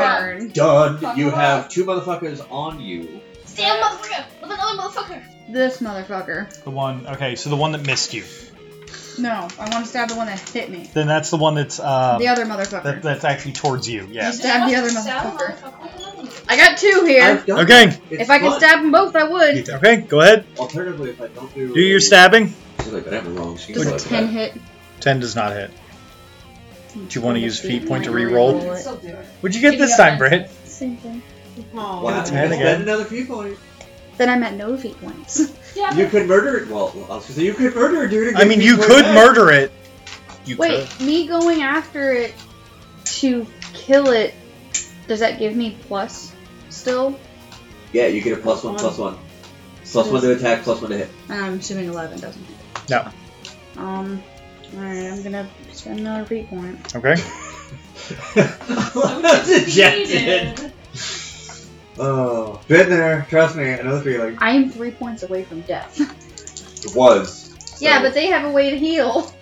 [SPEAKER 8] turn.
[SPEAKER 3] Done. You have two motherfuckers on you.
[SPEAKER 6] Damn motherfucker with another motherfucker.
[SPEAKER 8] This motherfucker.
[SPEAKER 2] The one, okay, so the one that missed you.
[SPEAKER 8] No, I want to stab the one that hit me.
[SPEAKER 2] Then that's the one that's uh,
[SPEAKER 8] The other
[SPEAKER 2] that,
[SPEAKER 8] motherfucker.
[SPEAKER 2] that's actually towards you. Yeah.
[SPEAKER 6] You
[SPEAKER 8] Stab the
[SPEAKER 6] just
[SPEAKER 8] other
[SPEAKER 6] stab
[SPEAKER 8] motherfucker.
[SPEAKER 6] motherfucker with another motherfucker.
[SPEAKER 8] I got two here.
[SPEAKER 3] I've done
[SPEAKER 2] Okay,
[SPEAKER 3] it. It's
[SPEAKER 8] If I could
[SPEAKER 3] fun.
[SPEAKER 8] stab them both, I would.
[SPEAKER 2] okay, go ahead.
[SPEAKER 3] Alternatively, if I don't do.
[SPEAKER 2] Do your stabbing.
[SPEAKER 3] I feel like I have a wrong scheme
[SPEAKER 8] Does
[SPEAKER 3] like
[SPEAKER 8] a ten
[SPEAKER 3] that.
[SPEAKER 8] hit?
[SPEAKER 2] Ten does not hit. Do you want to use feet point to reroll?
[SPEAKER 8] Roll it.
[SPEAKER 4] Still do it.
[SPEAKER 2] What'd you get
[SPEAKER 6] Katie
[SPEAKER 2] this
[SPEAKER 6] got
[SPEAKER 2] time,
[SPEAKER 6] nine.
[SPEAKER 2] Britt?
[SPEAKER 8] Same thing.
[SPEAKER 3] Wow,
[SPEAKER 4] Oh,
[SPEAKER 2] a
[SPEAKER 3] you
[SPEAKER 2] ten
[SPEAKER 3] spend
[SPEAKER 2] again.
[SPEAKER 3] another few points.
[SPEAKER 8] Then I'm at no feet points.
[SPEAKER 6] Yeah.
[SPEAKER 3] You could murder it. Well, I was gonna say you could murder it, dude. and
[SPEAKER 2] I
[SPEAKER 3] get
[SPEAKER 2] mean,
[SPEAKER 3] a
[SPEAKER 2] you
[SPEAKER 3] few
[SPEAKER 2] could
[SPEAKER 3] points back.
[SPEAKER 2] murder it. You
[SPEAKER 8] (laughs) Wait, me going after it to kill it, does that give me plus still?
[SPEAKER 3] Yeah, you get a plus one, plus one, plus one to attack, plus one (laughs) to hit.
[SPEAKER 8] I'm Um, assuming 11 doesn't.
[SPEAKER 2] No.
[SPEAKER 8] Um, alright, I'm gonna spend another feet point.
[SPEAKER 2] could. Okay.
[SPEAKER 3] That's ejected. Oh, been there. Trust me, I know the feeling.
[SPEAKER 8] I am three points away from death.
[SPEAKER 3] It was.
[SPEAKER 8] yeah,
[SPEAKER 3] So-
[SPEAKER 8] but they have a way to heal.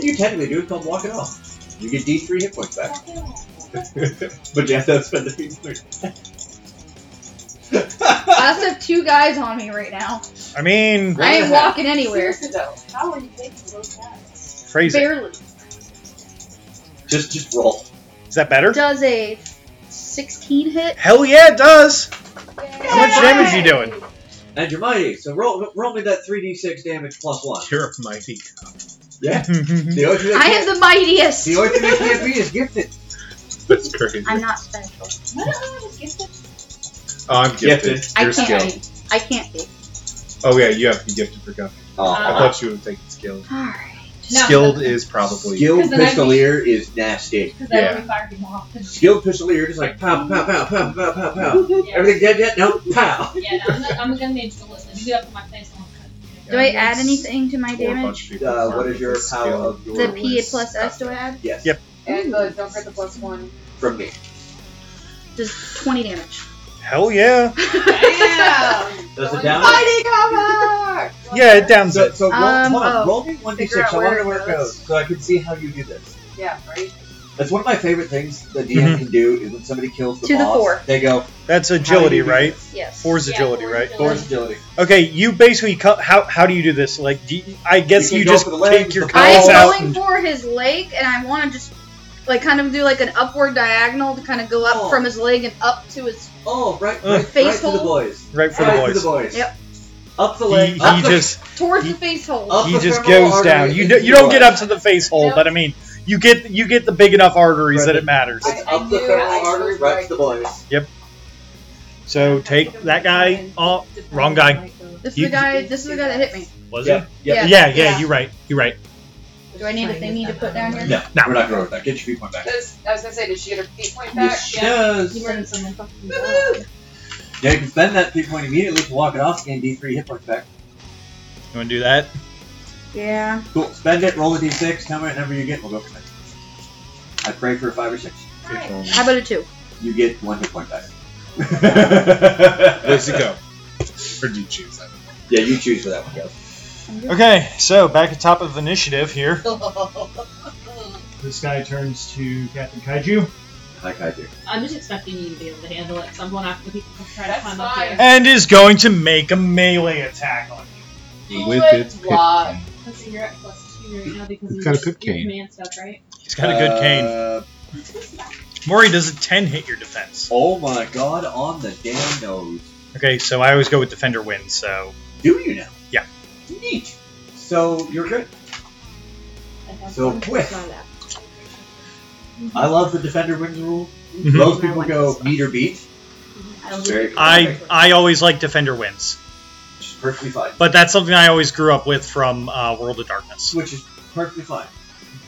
[SPEAKER 3] You technically do it called walk it off. You get D3 hit points back. (laughs) but you have to spend the
[SPEAKER 8] (laughs)
[SPEAKER 3] D3.
[SPEAKER 8] I also have two guys on me right now.
[SPEAKER 2] I mean,
[SPEAKER 8] I ain't
[SPEAKER 3] ahead. (laughs)
[SPEAKER 8] walking anywhere.
[SPEAKER 4] Seriously though, how are you taking those guys?
[SPEAKER 2] crazy.
[SPEAKER 8] Barely.
[SPEAKER 3] (laughs) just just roll.
[SPEAKER 2] Is that better?
[SPEAKER 8] Does a 16 hit?
[SPEAKER 2] Hell yeah, it does. How much damage you doing?
[SPEAKER 3] Uh, And you're mighty, so roll, roll me that 3d6 damage plus one.
[SPEAKER 9] You're a mighty (laughs) god.
[SPEAKER 3] Yeah.
[SPEAKER 2] Mm-hmm.
[SPEAKER 3] (laughs) the only thing that
[SPEAKER 8] I
[SPEAKER 3] can't-
[SPEAKER 8] am the mightiest.
[SPEAKER 3] the only thing
[SPEAKER 8] (laughs)
[SPEAKER 3] that can't be is gifted.
[SPEAKER 9] That's crazy.
[SPEAKER 8] I'm not special.
[SPEAKER 6] What am I gifted?
[SPEAKER 9] Oh, I'm gifted.
[SPEAKER 8] I
[SPEAKER 9] You're
[SPEAKER 8] can't. Be.
[SPEAKER 9] skilled.
[SPEAKER 8] I can't be.
[SPEAKER 9] Oh yeah, you have to be gifted for gunning.
[SPEAKER 8] Uh,
[SPEAKER 9] I
[SPEAKER 3] Aw.
[SPEAKER 9] thought you would take skilled.
[SPEAKER 8] All right.
[SPEAKER 6] No,
[SPEAKER 9] Skilled is probably
[SPEAKER 3] Skilled
[SPEAKER 6] Because then I'd be-
[SPEAKER 3] pistolier is nasty.
[SPEAKER 6] Because I
[SPEAKER 9] Yeah.
[SPEAKER 6] only fire people off.
[SPEAKER 3] Skilled pistolier is like pow, pow, pow, pow, pow, pow,
[SPEAKER 8] (laughs)
[SPEAKER 3] pow.
[SPEAKER 6] Yeah,
[SPEAKER 3] Everything dead yet? No, pow.
[SPEAKER 6] yeah no, I'm, not, I'm gonna need to listen. If you get up to my face, I'm gonna
[SPEAKER 8] Do I add anything to my
[SPEAKER 9] four
[SPEAKER 8] damage?
[SPEAKER 9] punch people
[SPEAKER 3] Uh,
[SPEAKER 9] for
[SPEAKER 3] what is your
[SPEAKER 9] skilled.
[SPEAKER 3] power of your
[SPEAKER 8] The P plus S do I add?
[SPEAKER 3] Yes.
[SPEAKER 2] Yep.
[SPEAKER 5] And the, don't forget the plus (laughs) one.
[SPEAKER 3] From me.
[SPEAKER 8] Just 20 damage.
[SPEAKER 2] Hell yeah.
[SPEAKER 3] Does it
[SPEAKER 5] Going
[SPEAKER 3] down?
[SPEAKER 5] Mighty cover!
[SPEAKER 2] Yeah, it downs
[SPEAKER 3] So,
[SPEAKER 2] it.
[SPEAKER 3] so roll,
[SPEAKER 8] Um,
[SPEAKER 3] hold on,
[SPEAKER 8] oh.
[SPEAKER 3] roll me 1d6. I
[SPEAKER 5] Figure
[SPEAKER 3] want
[SPEAKER 5] out
[SPEAKER 3] to know
[SPEAKER 5] where
[SPEAKER 3] where
[SPEAKER 5] it
[SPEAKER 3] it goes so I can see how you do this.
[SPEAKER 5] Yeah, right?
[SPEAKER 3] That's one of my favorite things the DM
[SPEAKER 2] Mhm.
[SPEAKER 3] can do is when somebody kills the
[SPEAKER 8] To the
[SPEAKER 3] boss,
[SPEAKER 8] four.
[SPEAKER 3] they go,
[SPEAKER 2] That's
[SPEAKER 3] How do
[SPEAKER 2] agility,
[SPEAKER 3] you do
[SPEAKER 2] right?
[SPEAKER 8] Yes.
[SPEAKER 2] Four's
[SPEAKER 6] Yeah,
[SPEAKER 2] agility,
[SPEAKER 6] four's
[SPEAKER 2] right?
[SPEAKER 6] agility.
[SPEAKER 3] force agility.
[SPEAKER 2] Okay, you basically co- how how do you do this? Like, do you- I guess
[SPEAKER 3] You can
[SPEAKER 2] you,
[SPEAKER 3] go
[SPEAKER 2] just
[SPEAKER 3] for the legs,
[SPEAKER 2] take your
[SPEAKER 3] the
[SPEAKER 8] I
[SPEAKER 2] claws
[SPEAKER 3] balls.
[SPEAKER 8] am
[SPEAKER 2] out.
[SPEAKER 8] going
[SPEAKER 2] And,
[SPEAKER 8] for his leg, and I want to just like kind of do like an upward diagonal to kind of go up
[SPEAKER 3] Oh.
[SPEAKER 8] from his leg and up to his.
[SPEAKER 3] Oh, right,
[SPEAKER 2] Ugh.
[SPEAKER 3] right, right
[SPEAKER 8] Face
[SPEAKER 3] for the
[SPEAKER 8] hole.
[SPEAKER 3] boys.
[SPEAKER 2] right for the
[SPEAKER 3] right
[SPEAKER 2] boys.
[SPEAKER 3] For the boys.
[SPEAKER 8] Yep.
[SPEAKER 3] Up the
[SPEAKER 2] He,
[SPEAKER 3] leg.
[SPEAKER 2] he
[SPEAKER 3] up the-
[SPEAKER 2] just
[SPEAKER 8] towards
[SPEAKER 2] He-
[SPEAKER 8] the face hole.
[SPEAKER 3] up
[SPEAKER 2] he
[SPEAKER 3] the
[SPEAKER 2] just
[SPEAKER 3] femoral
[SPEAKER 2] goes
[SPEAKER 3] artery
[SPEAKER 2] down. You
[SPEAKER 3] into
[SPEAKER 2] do, you don't
[SPEAKER 3] the
[SPEAKER 2] get
[SPEAKER 3] leg.
[SPEAKER 2] up to the face hole,
[SPEAKER 5] No.
[SPEAKER 2] but I mean, you get you get the big enough arteries
[SPEAKER 3] Right.
[SPEAKER 2] that it matters.
[SPEAKER 5] I-
[SPEAKER 3] It's
[SPEAKER 5] I
[SPEAKER 3] up the
[SPEAKER 5] knew
[SPEAKER 3] femoral
[SPEAKER 5] I
[SPEAKER 3] artery,
[SPEAKER 5] was
[SPEAKER 3] right
[SPEAKER 5] right.
[SPEAKER 3] to the boys.
[SPEAKER 2] So take that guy. Oh, wrong guy.
[SPEAKER 8] This
[SPEAKER 2] You-
[SPEAKER 8] is the guy. This is the guy that hit me.
[SPEAKER 2] Was
[SPEAKER 3] Yeah.
[SPEAKER 2] it?
[SPEAKER 8] Yeah.
[SPEAKER 2] Yeah, yeah.
[SPEAKER 8] Yeah.
[SPEAKER 2] You're right. You're right.
[SPEAKER 8] Do I need a thingy to
[SPEAKER 3] (laughs)
[SPEAKER 8] put down here?
[SPEAKER 3] No,
[SPEAKER 2] No.
[SPEAKER 3] we're not going with that. Get your feet point back.
[SPEAKER 5] Does, I was gonna say, does she get her feet point
[SPEAKER 3] You
[SPEAKER 5] back?
[SPEAKER 3] should.
[SPEAKER 6] You learn something fucking good.
[SPEAKER 5] Woo-hoo!
[SPEAKER 3] Yeah, you can spend that three point immediately to walk it off, gain D3 hit points back.
[SPEAKER 2] You want to do that?
[SPEAKER 8] Yeah.
[SPEAKER 3] Cool. Spend it, roll a D6, tell me what number you get, we'll go from there. I pray for a 5 or 6.
[SPEAKER 9] If only-
[SPEAKER 8] How about a two?
[SPEAKER 3] You get 1 hit point back. (laughs)
[SPEAKER 9] Where's it go? Or do you choose that?
[SPEAKER 3] Yeah, you choose for that one, Kev.
[SPEAKER 2] Okay. So back at top of initiative here.
[SPEAKER 7] This guy turns to Captain Kaiju.
[SPEAKER 3] Hi, Kaiju.
[SPEAKER 6] I'm just expecting you to be able to handle it, so I'm going after the people who try to
[SPEAKER 5] That's
[SPEAKER 6] climb up
[SPEAKER 5] fine.
[SPEAKER 6] here.
[SPEAKER 2] And is going to make a melee attack on you.
[SPEAKER 5] With its pit Wow.
[SPEAKER 6] Let's see, you're at plus two right now because
[SPEAKER 9] He's
[SPEAKER 6] you
[SPEAKER 9] got a pip
[SPEAKER 6] you
[SPEAKER 9] cane.
[SPEAKER 6] command stuff, right?
[SPEAKER 2] He's got a good cane.
[SPEAKER 3] Uh,
[SPEAKER 2] Mori, does a ten hit your defense?
[SPEAKER 3] oh my god, on the damn nose.
[SPEAKER 2] Okay, so I always go with defender wins. So
[SPEAKER 3] Do you now?
[SPEAKER 2] Yeah.
[SPEAKER 3] Neat. So, you're good. So, quick. I love the defender wins rule.
[SPEAKER 2] Mhm.
[SPEAKER 3] Most people go meet or beat. Very
[SPEAKER 2] I I always like defender wins.
[SPEAKER 3] Which is perfectly fine.
[SPEAKER 2] But that's something I always grew up with from uh, World of Darkness.
[SPEAKER 3] Which is perfectly fine.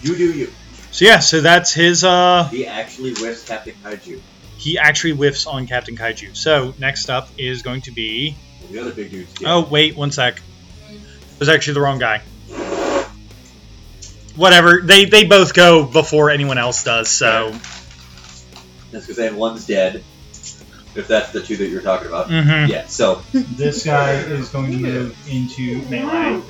[SPEAKER 3] You do you.
[SPEAKER 2] So yeah, so that's his. Uh,
[SPEAKER 3] He actually whiffs Captain Kaiju.
[SPEAKER 2] he actually whiffs on Captain Kaiju. So next up is going to be.
[SPEAKER 3] The other big dude's dead.
[SPEAKER 2] Oh wait, one sec. It was actually the wrong guy. Whatever. They they both go before anyone else does. So
[SPEAKER 3] That's because then one's dead. If that's the two that you're talking about.
[SPEAKER 2] Mhm.
[SPEAKER 3] Yeah, so
[SPEAKER 7] This guy is going to move into melee.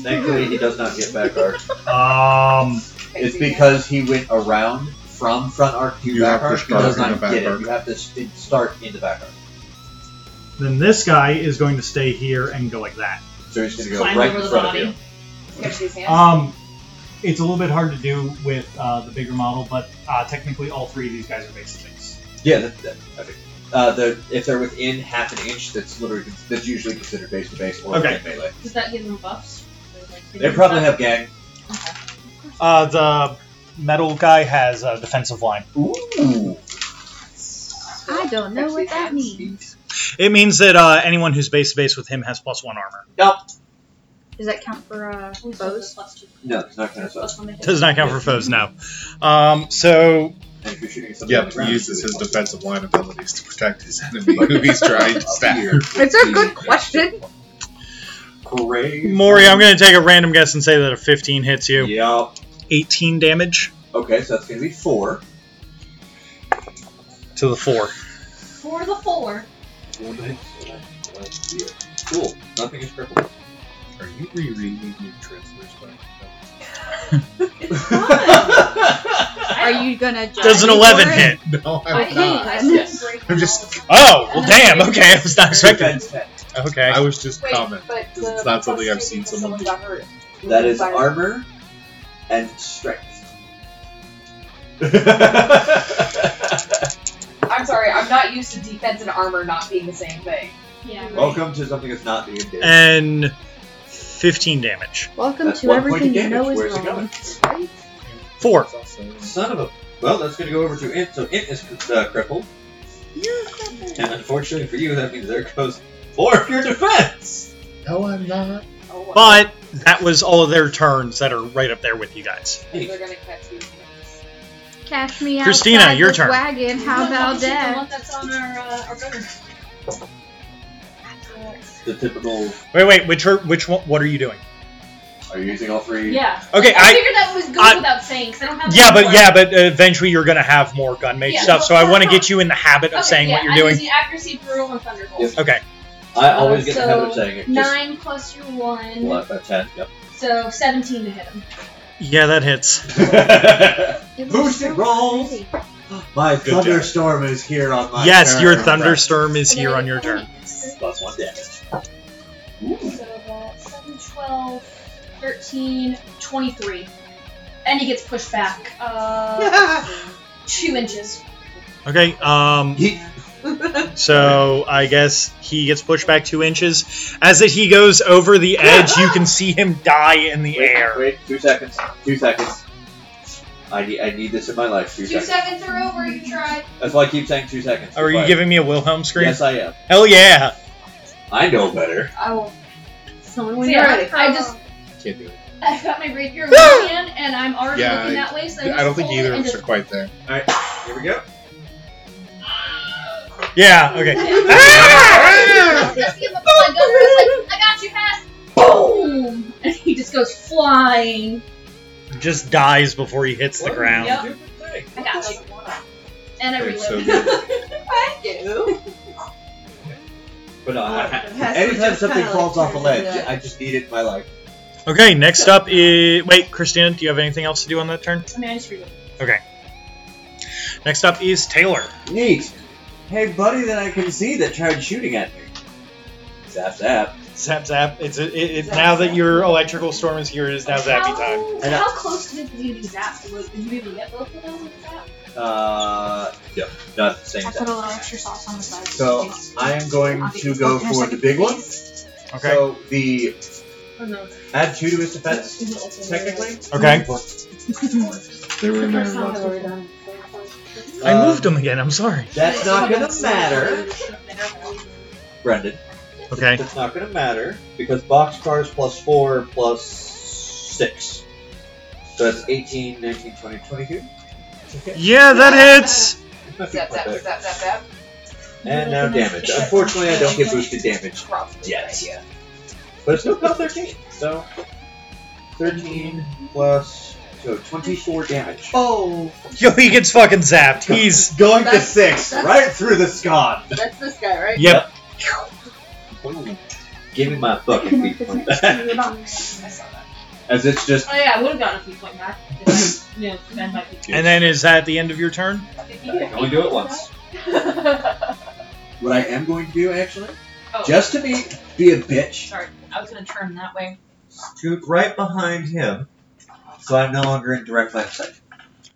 [SPEAKER 3] thankfully he does not get back arc.
[SPEAKER 7] Um,
[SPEAKER 3] It's because he went around from front arc to
[SPEAKER 9] You
[SPEAKER 3] back
[SPEAKER 9] have to
[SPEAKER 3] arc. He
[SPEAKER 9] start
[SPEAKER 3] does
[SPEAKER 9] in the
[SPEAKER 3] not
[SPEAKER 9] back
[SPEAKER 3] get it.
[SPEAKER 9] arc.
[SPEAKER 3] You have to st- start in the back arc.
[SPEAKER 7] then this guy is going to stay here and go like that.
[SPEAKER 3] So he's going to go
[SPEAKER 6] Climb
[SPEAKER 3] right
[SPEAKER 6] over
[SPEAKER 3] in
[SPEAKER 6] the
[SPEAKER 3] front
[SPEAKER 6] body.
[SPEAKER 3] of you.
[SPEAKER 5] Catch these
[SPEAKER 2] Uh,
[SPEAKER 5] hands.
[SPEAKER 7] Um, it's a little bit hard to do with uh, the bigger model, but uh, technically all three of these guys are base six.
[SPEAKER 3] Yeah, that, that, okay. Uh, the, if they're within half an inch, that's literally cons- that's usually considered base to base or
[SPEAKER 2] Okay.
[SPEAKER 3] within melee.
[SPEAKER 6] Does that give them buffs? Or, like,
[SPEAKER 3] They probably have gang.
[SPEAKER 2] uh, the metal guy has a defensive line.
[SPEAKER 3] Ooh.
[SPEAKER 8] I don't know what that means.
[SPEAKER 2] It means that uh, anyone who's base to base with him has plus one armor.
[SPEAKER 8] Does that count for uh, bows?
[SPEAKER 6] Plus two.
[SPEAKER 3] No, it's not gonna suck.
[SPEAKER 6] Plus one to hit.
[SPEAKER 2] Does not count for foes. No. Um, so
[SPEAKER 3] And if you're shooting at somebody on
[SPEAKER 9] Yep,
[SPEAKER 3] the
[SPEAKER 9] he
[SPEAKER 3] ground,
[SPEAKER 9] uses his
[SPEAKER 3] it's-
[SPEAKER 9] defensive line abilities to protect his enemy (laughs) who
[SPEAKER 3] (laughs)
[SPEAKER 9] he's trying to stab.
[SPEAKER 8] It's a good question.
[SPEAKER 3] Great.
[SPEAKER 2] Mori, I'm going to take a random guess and say that a 15 hits you.
[SPEAKER 3] Yep.
[SPEAKER 2] 18 damage
[SPEAKER 3] Okay, so that's gonna be four.
[SPEAKER 2] to the four.
[SPEAKER 6] For the four.
[SPEAKER 3] Cool. Nothing is crippled.
[SPEAKER 9] Are you rereading your transfers back?
[SPEAKER 3] (laughs)
[SPEAKER 8] Are you gonna? judge
[SPEAKER 2] Does an
[SPEAKER 8] me for
[SPEAKER 2] 11
[SPEAKER 8] it?
[SPEAKER 2] hit?
[SPEAKER 9] No,
[SPEAKER 6] I
[SPEAKER 9] I'm
[SPEAKER 6] hate.
[SPEAKER 9] not.
[SPEAKER 6] I
[SPEAKER 8] Yes.
[SPEAKER 6] break
[SPEAKER 9] I'm
[SPEAKER 6] all
[SPEAKER 9] just-
[SPEAKER 6] of them.
[SPEAKER 2] Oh, well, damn. Okay, I was not expecting. Okay.
[SPEAKER 9] I was just
[SPEAKER 5] Wait,
[SPEAKER 9] comment.
[SPEAKER 5] but the
[SPEAKER 9] It's not
[SPEAKER 5] plus
[SPEAKER 9] something I've
[SPEAKER 5] two
[SPEAKER 9] seen
[SPEAKER 5] because
[SPEAKER 9] someone do.
[SPEAKER 5] got hurt.
[SPEAKER 3] That is
[SPEAKER 5] Fire.
[SPEAKER 3] armor and (laughs) strength. yeah,
[SPEAKER 5] I'm sorry, I'm not used to defense and armor not being the same thing.
[SPEAKER 6] Yeah.
[SPEAKER 3] Welcome to something that's not being did.
[SPEAKER 2] and 15 damage.
[SPEAKER 8] Welcome
[SPEAKER 3] That's
[SPEAKER 8] to
[SPEAKER 3] one point
[SPEAKER 8] everything
[SPEAKER 3] of
[SPEAKER 8] you know
[SPEAKER 3] damage.
[SPEAKER 8] is
[SPEAKER 3] Where's it
[SPEAKER 8] wrong.
[SPEAKER 3] going?
[SPEAKER 2] Four.
[SPEAKER 3] Son of a. Well, that's going to go over to Int. So Int is uh, crippled. And unfortunately for you, that means there goes four of your defense.
[SPEAKER 9] No, I'm not.
[SPEAKER 5] Oh, wow.
[SPEAKER 2] But that was all of their turns that are right up there with you guys.
[SPEAKER 5] They're gonna catch these things.
[SPEAKER 8] Cash me out.
[SPEAKER 2] Christina, your turn.
[SPEAKER 8] Wagon. How about
[SPEAKER 6] The
[SPEAKER 8] that?
[SPEAKER 6] one that's on our, uh, our burner.
[SPEAKER 3] The typical.
[SPEAKER 2] Wait, wait. Which are, which one? What are you doing?
[SPEAKER 3] Are you using all three?
[SPEAKER 6] Yeah.
[SPEAKER 2] Okay,
[SPEAKER 6] I,
[SPEAKER 2] I.
[SPEAKER 6] figured that was goes
[SPEAKER 2] I-
[SPEAKER 6] without saying because I don't have.
[SPEAKER 2] Yeah,
[SPEAKER 6] it
[SPEAKER 2] but
[SPEAKER 6] anymore.
[SPEAKER 2] yeah, but uh, eventually you're gonna have more gunmake
[SPEAKER 6] Yeah.
[SPEAKER 2] stuff. So I
[SPEAKER 6] (laughs)
[SPEAKER 2] want to get you in the habit of
[SPEAKER 6] Okay,
[SPEAKER 2] saying
[SPEAKER 6] yeah,
[SPEAKER 2] what you're
[SPEAKER 6] I'm
[SPEAKER 2] doing.
[SPEAKER 6] Using accuracy, brutal, and thunderbolt.
[SPEAKER 3] Yep.
[SPEAKER 2] Okay.
[SPEAKER 3] I always get the
[SPEAKER 6] So,
[SPEAKER 3] habit of saying it. Just
[SPEAKER 6] Nine plus your one,
[SPEAKER 3] what, a ten. Yep.
[SPEAKER 6] so seventeen to hit him.
[SPEAKER 2] Yeah, that hits.
[SPEAKER 8] It
[SPEAKER 3] Boost it rolls. (laughs) My
[SPEAKER 2] Good
[SPEAKER 3] thunderstorm is here on my.
[SPEAKER 2] yes,
[SPEAKER 3] turn.
[SPEAKER 2] your thunderstorm is here on your turn.
[SPEAKER 3] Plus one damage.
[SPEAKER 6] So that's 7, 12, 13, 23. And he gets pushed back uh, two inches.
[SPEAKER 2] Okay. Um. So I guess he gets pushed back two inches. As it, he goes over the edge, you can see him die in the
[SPEAKER 3] Wait,
[SPEAKER 2] air.
[SPEAKER 3] Wait, two seconds. Two seconds. I need, I need this in my life. Two,
[SPEAKER 5] Two
[SPEAKER 3] seconds.
[SPEAKER 5] seconds are over. You tried.
[SPEAKER 3] That's why I keep saying two seconds.
[SPEAKER 2] Oh, Are you
[SPEAKER 3] Why?
[SPEAKER 2] giving me a Wilhelm scream?
[SPEAKER 3] Yes, I am.
[SPEAKER 2] Hell yeah!
[SPEAKER 3] I know better.
[SPEAKER 4] I will. Someone
[SPEAKER 6] So
[SPEAKER 4] when
[SPEAKER 3] (laughs)
[SPEAKER 6] yeah,
[SPEAKER 4] you're ready. Ah!
[SPEAKER 6] I just
[SPEAKER 9] Can't do it.
[SPEAKER 6] I've got my rapier in my hand and I'm already
[SPEAKER 9] Yeah,
[SPEAKER 6] looking that way. So
[SPEAKER 9] I don't think
[SPEAKER 6] just
[SPEAKER 9] either
[SPEAKER 6] pull
[SPEAKER 9] of
[SPEAKER 6] it
[SPEAKER 9] us are
[SPEAKER 6] and
[SPEAKER 9] quite there.
[SPEAKER 3] Here we go.
[SPEAKER 2] Yeah. Okay.
[SPEAKER 6] just- Just give him a plug gun. I was like, I got you, Hess. Boom! And he just goes flying.
[SPEAKER 2] Just dies before he hits the ground.
[SPEAKER 6] Yep. I got you. And I
[SPEAKER 9] Okay,
[SPEAKER 6] reload.
[SPEAKER 9] so
[SPEAKER 5] Thank (laughs) you.
[SPEAKER 3] But no, I,
[SPEAKER 4] It has to
[SPEAKER 3] (laughs) anytime
[SPEAKER 4] just
[SPEAKER 3] something
[SPEAKER 4] kinda, like,
[SPEAKER 3] falls off a
[SPEAKER 4] turn
[SPEAKER 3] ledge,
[SPEAKER 4] into that.
[SPEAKER 3] I just need it in my life.
[SPEAKER 2] Okay. Next up is wait, Christina. Do you have anything else to do on that turn?
[SPEAKER 6] I mean, I just reload.
[SPEAKER 2] Next up is Taylor.
[SPEAKER 3] Neat. Hey, buddy that I can see that tried shooting at me. Zap, zap.
[SPEAKER 2] Zap zap. It's it, it, it, now that your electrical storm is here. It is now zappy time.
[SPEAKER 6] How-
[SPEAKER 3] And I-
[SPEAKER 6] How close did you be zapped? Was- Did you even get both of them with that?
[SPEAKER 3] Uh, yep, not at the same
[SPEAKER 6] I put
[SPEAKER 3] time.
[SPEAKER 6] a little extra sauce on the side. just
[SPEAKER 3] So,
[SPEAKER 6] in case.
[SPEAKER 3] I am going to go for the big one.
[SPEAKER 2] Okay.
[SPEAKER 3] So the
[SPEAKER 6] Oh, no.
[SPEAKER 3] add two to his defense, technically.
[SPEAKER 2] okay.
[SPEAKER 9] They were in there.
[SPEAKER 2] I
[SPEAKER 3] Uh,
[SPEAKER 2] moved him again. I'm sorry.
[SPEAKER 3] That's not gonna matter, Brendan.
[SPEAKER 2] Okay.
[SPEAKER 3] That's not gonna matter because boxcar is plus four plus six. So that's 18, 19, 20, 22.
[SPEAKER 2] Yeah, that hits.
[SPEAKER 5] Zap, zap, zap, zap, zap.
[SPEAKER 3] And now damage. Unfortunately, I don't get boosted damage,
[SPEAKER 5] Probably.
[SPEAKER 3] Yes.
[SPEAKER 5] Yeah.
[SPEAKER 3] but it's still got 13. So 13 plus so 24 damage.
[SPEAKER 4] Oh,
[SPEAKER 2] (laughs) Yo, he gets fucking zapped. He's
[SPEAKER 3] Going
[SPEAKER 4] to That's-
[SPEAKER 3] six,
[SPEAKER 4] that's- right
[SPEAKER 3] through the scon.
[SPEAKER 4] that's this guy, right?
[SPEAKER 2] yep.
[SPEAKER 3] Give me my (laughs) fucking feet point back. As it's just
[SPEAKER 6] Oh yeah, I would have gotten a few
[SPEAKER 3] (laughs)
[SPEAKER 6] point back. if I- you know, spend my feet.
[SPEAKER 2] And then is that the end of your turn?
[SPEAKER 3] I can only do it once. What I am going to do, actually,
[SPEAKER 6] (laughs) Oh.
[SPEAKER 3] just to be be a bitch,
[SPEAKER 6] Sorry, I was gonna turn that way.
[SPEAKER 3] scoot right behind him, so I'm no longer in direct line of sight.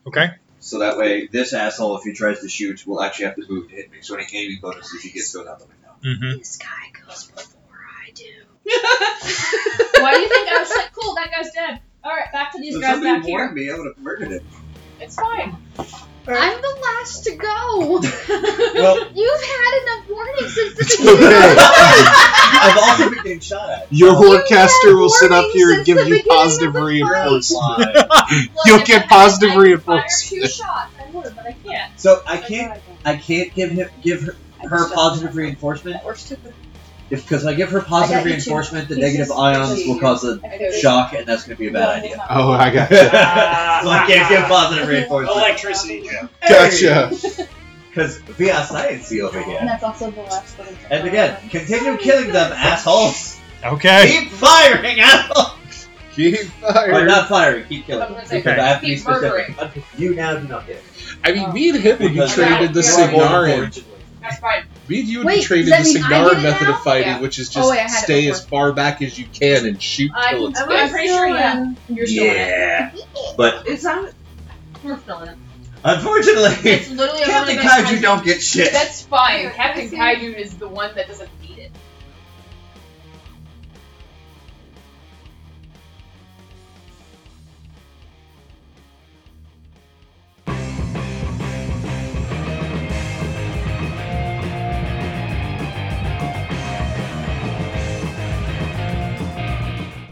[SPEAKER 2] Okay.
[SPEAKER 3] So that way, this asshole, if he tries to shoot, will actually have to move to hit me. So any aiming bonuses he gets go down the window.
[SPEAKER 2] Mm-hmm.
[SPEAKER 6] This guy goes before I do. (laughs) Why do you think I was like, cool? That guy's dead. All right, back to these
[SPEAKER 3] If
[SPEAKER 6] guys
[SPEAKER 3] somebody
[SPEAKER 6] back
[SPEAKER 3] warned
[SPEAKER 6] here.
[SPEAKER 3] me, I would have murdered him.
[SPEAKER 6] It's fine.
[SPEAKER 8] I'm the last to go.
[SPEAKER 3] (laughs) (laughs) Well-
[SPEAKER 8] You've had enough warning since the (laughs) beginning.
[SPEAKER 3] I've also been getting shot at.
[SPEAKER 9] Your
[SPEAKER 8] You
[SPEAKER 9] whorecaster will sit up
[SPEAKER 8] warning
[SPEAKER 9] here
[SPEAKER 8] since
[SPEAKER 9] and give
[SPEAKER 8] the
[SPEAKER 9] you
[SPEAKER 8] beginning of
[SPEAKER 9] positive
[SPEAKER 8] the fight.
[SPEAKER 9] reinforcement.
[SPEAKER 3] Why?
[SPEAKER 6] Look,
[SPEAKER 9] (laughs) You'll
[SPEAKER 6] if
[SPEAKER 9] get
[SPEAKER 6] I had
[SPEAKER 9] positive
[SPEAKER 6] time to fire
[SPEAKER 9] reinforcement.
[SPEAKER 6] Two shots. I would, but I can't.
[SPEAKER 3] So I can't, I can't give him, give her, her positive reinforcement
[SPEAKER 4] Or stupid.
[SPEAKER 3] If because I give her
[SPEAKER 4] I
[SPEAKER 3] positive
[SPEAKER 4] got you too.
[SPEAKER 3] reinforcement, the
[SPEAKER 4] He's
[SPEAKER 3] negative
[SPEAKER 4] just-
[SPEAKER 3] ions will cause a shock, and that's going to be a bad
[SPEAKER 5] (laughs)
[SPEAKER 3] idea. (laughs)
[SPEAKER 9] Oh, I got
[SPEAKER 3] so I can't give positive reinforcement.
[SPEAKER 2] Electricity.
[SPEAKER 9] Gotcha.
[SPEAKER 3] Because we are science over
[SPEAKER 8] And
[SPEAKER 3] here.
[SPEAKER 8] that's also the last one.
[SPEAKER 3] Oh, And again, continue killing them, assholes.
[SPEAKER 2] Okay.
[SPEAKER 3] Keep firing, assholes.
[SPEAKER 9] Keep
[SPEAKER 3] Or
[SPEAKER 9] firing.
[SPEAKER 3] not firing, keep killing them.
[SPEAKER 5] I'm
[SPEAKER 3] Because
[SPEAKER 2] gonna say
[SPEAKER 3] I have to be
[SPEAKER 5] keep
[SPEAKER 3] specific. You now do not get it.
[SPEAKER 9] I mean, me and him would be
[SPEAKER 3] Because-
[SPEAKER 9] trained in the
[SPEAKER 5] Yeah.
[SPEAKER 9] Signarian.
[SPEAKER 5] That's fine.
[SPEAKER 9] Me and you would
[SPEAKER 8] Wait,
[SPEAKER 9] be trained in the
[SPEAKER 8] does that mean I get
[SPEAKER 9] Signarin
[SPEAKER 8] it
[SPEAKER 9] method
[SPEAKER 8] now?
[SPEAKER 9] of fighting,
[SPEAKER 5] Yeah.
[SPEAKER 9] which is
[SPEAKER 8] Oh,
[SPEAKER 9] just
[SPEAKER 8] wait, I had it
[SPEAKER 9] stay as
[SPEAKER 8] before.
[SPEAKER 9] far back as you can and shoot till
[SPEAKER 6] I'm,
[SPEAKER 9] it's
[SPEAKER 6] I'm
[SPEAKER 9] dead.
[SPEAKER 6] pretty sure. Yeah, you're still in it.
[SPEAKER 3] Yeah. But
[SPEAKER 4] It's not.
[SPEAKER 6] We're still in it.
[SPEAKER 3] unfortunately,
[SPEAKER 5] (laughs) It's literally
[SPEAKER 3] (laughs) Captain
[SPEAKER 5] only the
[SPEAKER 3] Kaiju don't get shit.
[SPEAKER 5] That's fine.
[SPEAKER 8] Here,
[SPEAKER 5] Captain
[SPEAKER 8] can I
[SPEAKER 5] Kaiju is the one that doesn't need it.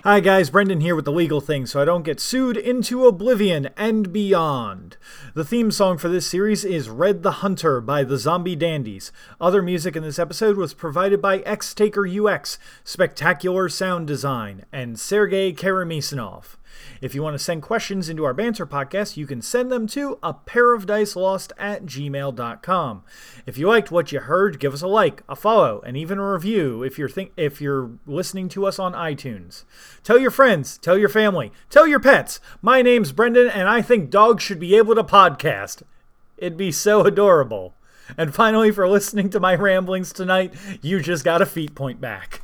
[SPEAKER 2] Hi guys, Brendan here with the legal thing so I don't get sued into oblivion and beyond. The theme song for this series is Red the Hunter by the Zombie Dandies. Other music in this episode was provided by X Taker UX, Spectacular Sound Design, and Sergei Karamisinov. If you want to send questions into our banter podcast, you can send them to a pair of dice lost at gmail.com. If you liked what you heard, give us a like, a follow, and even a review if you're think if you're listening to us on iTunes. Tell your friends, tell your family, tell your pets. My name's Brendan, and I think dogs should be able to podcast. It'd be so adorable. And finally, for listening to my ramblings tonight, you just got a feet point back.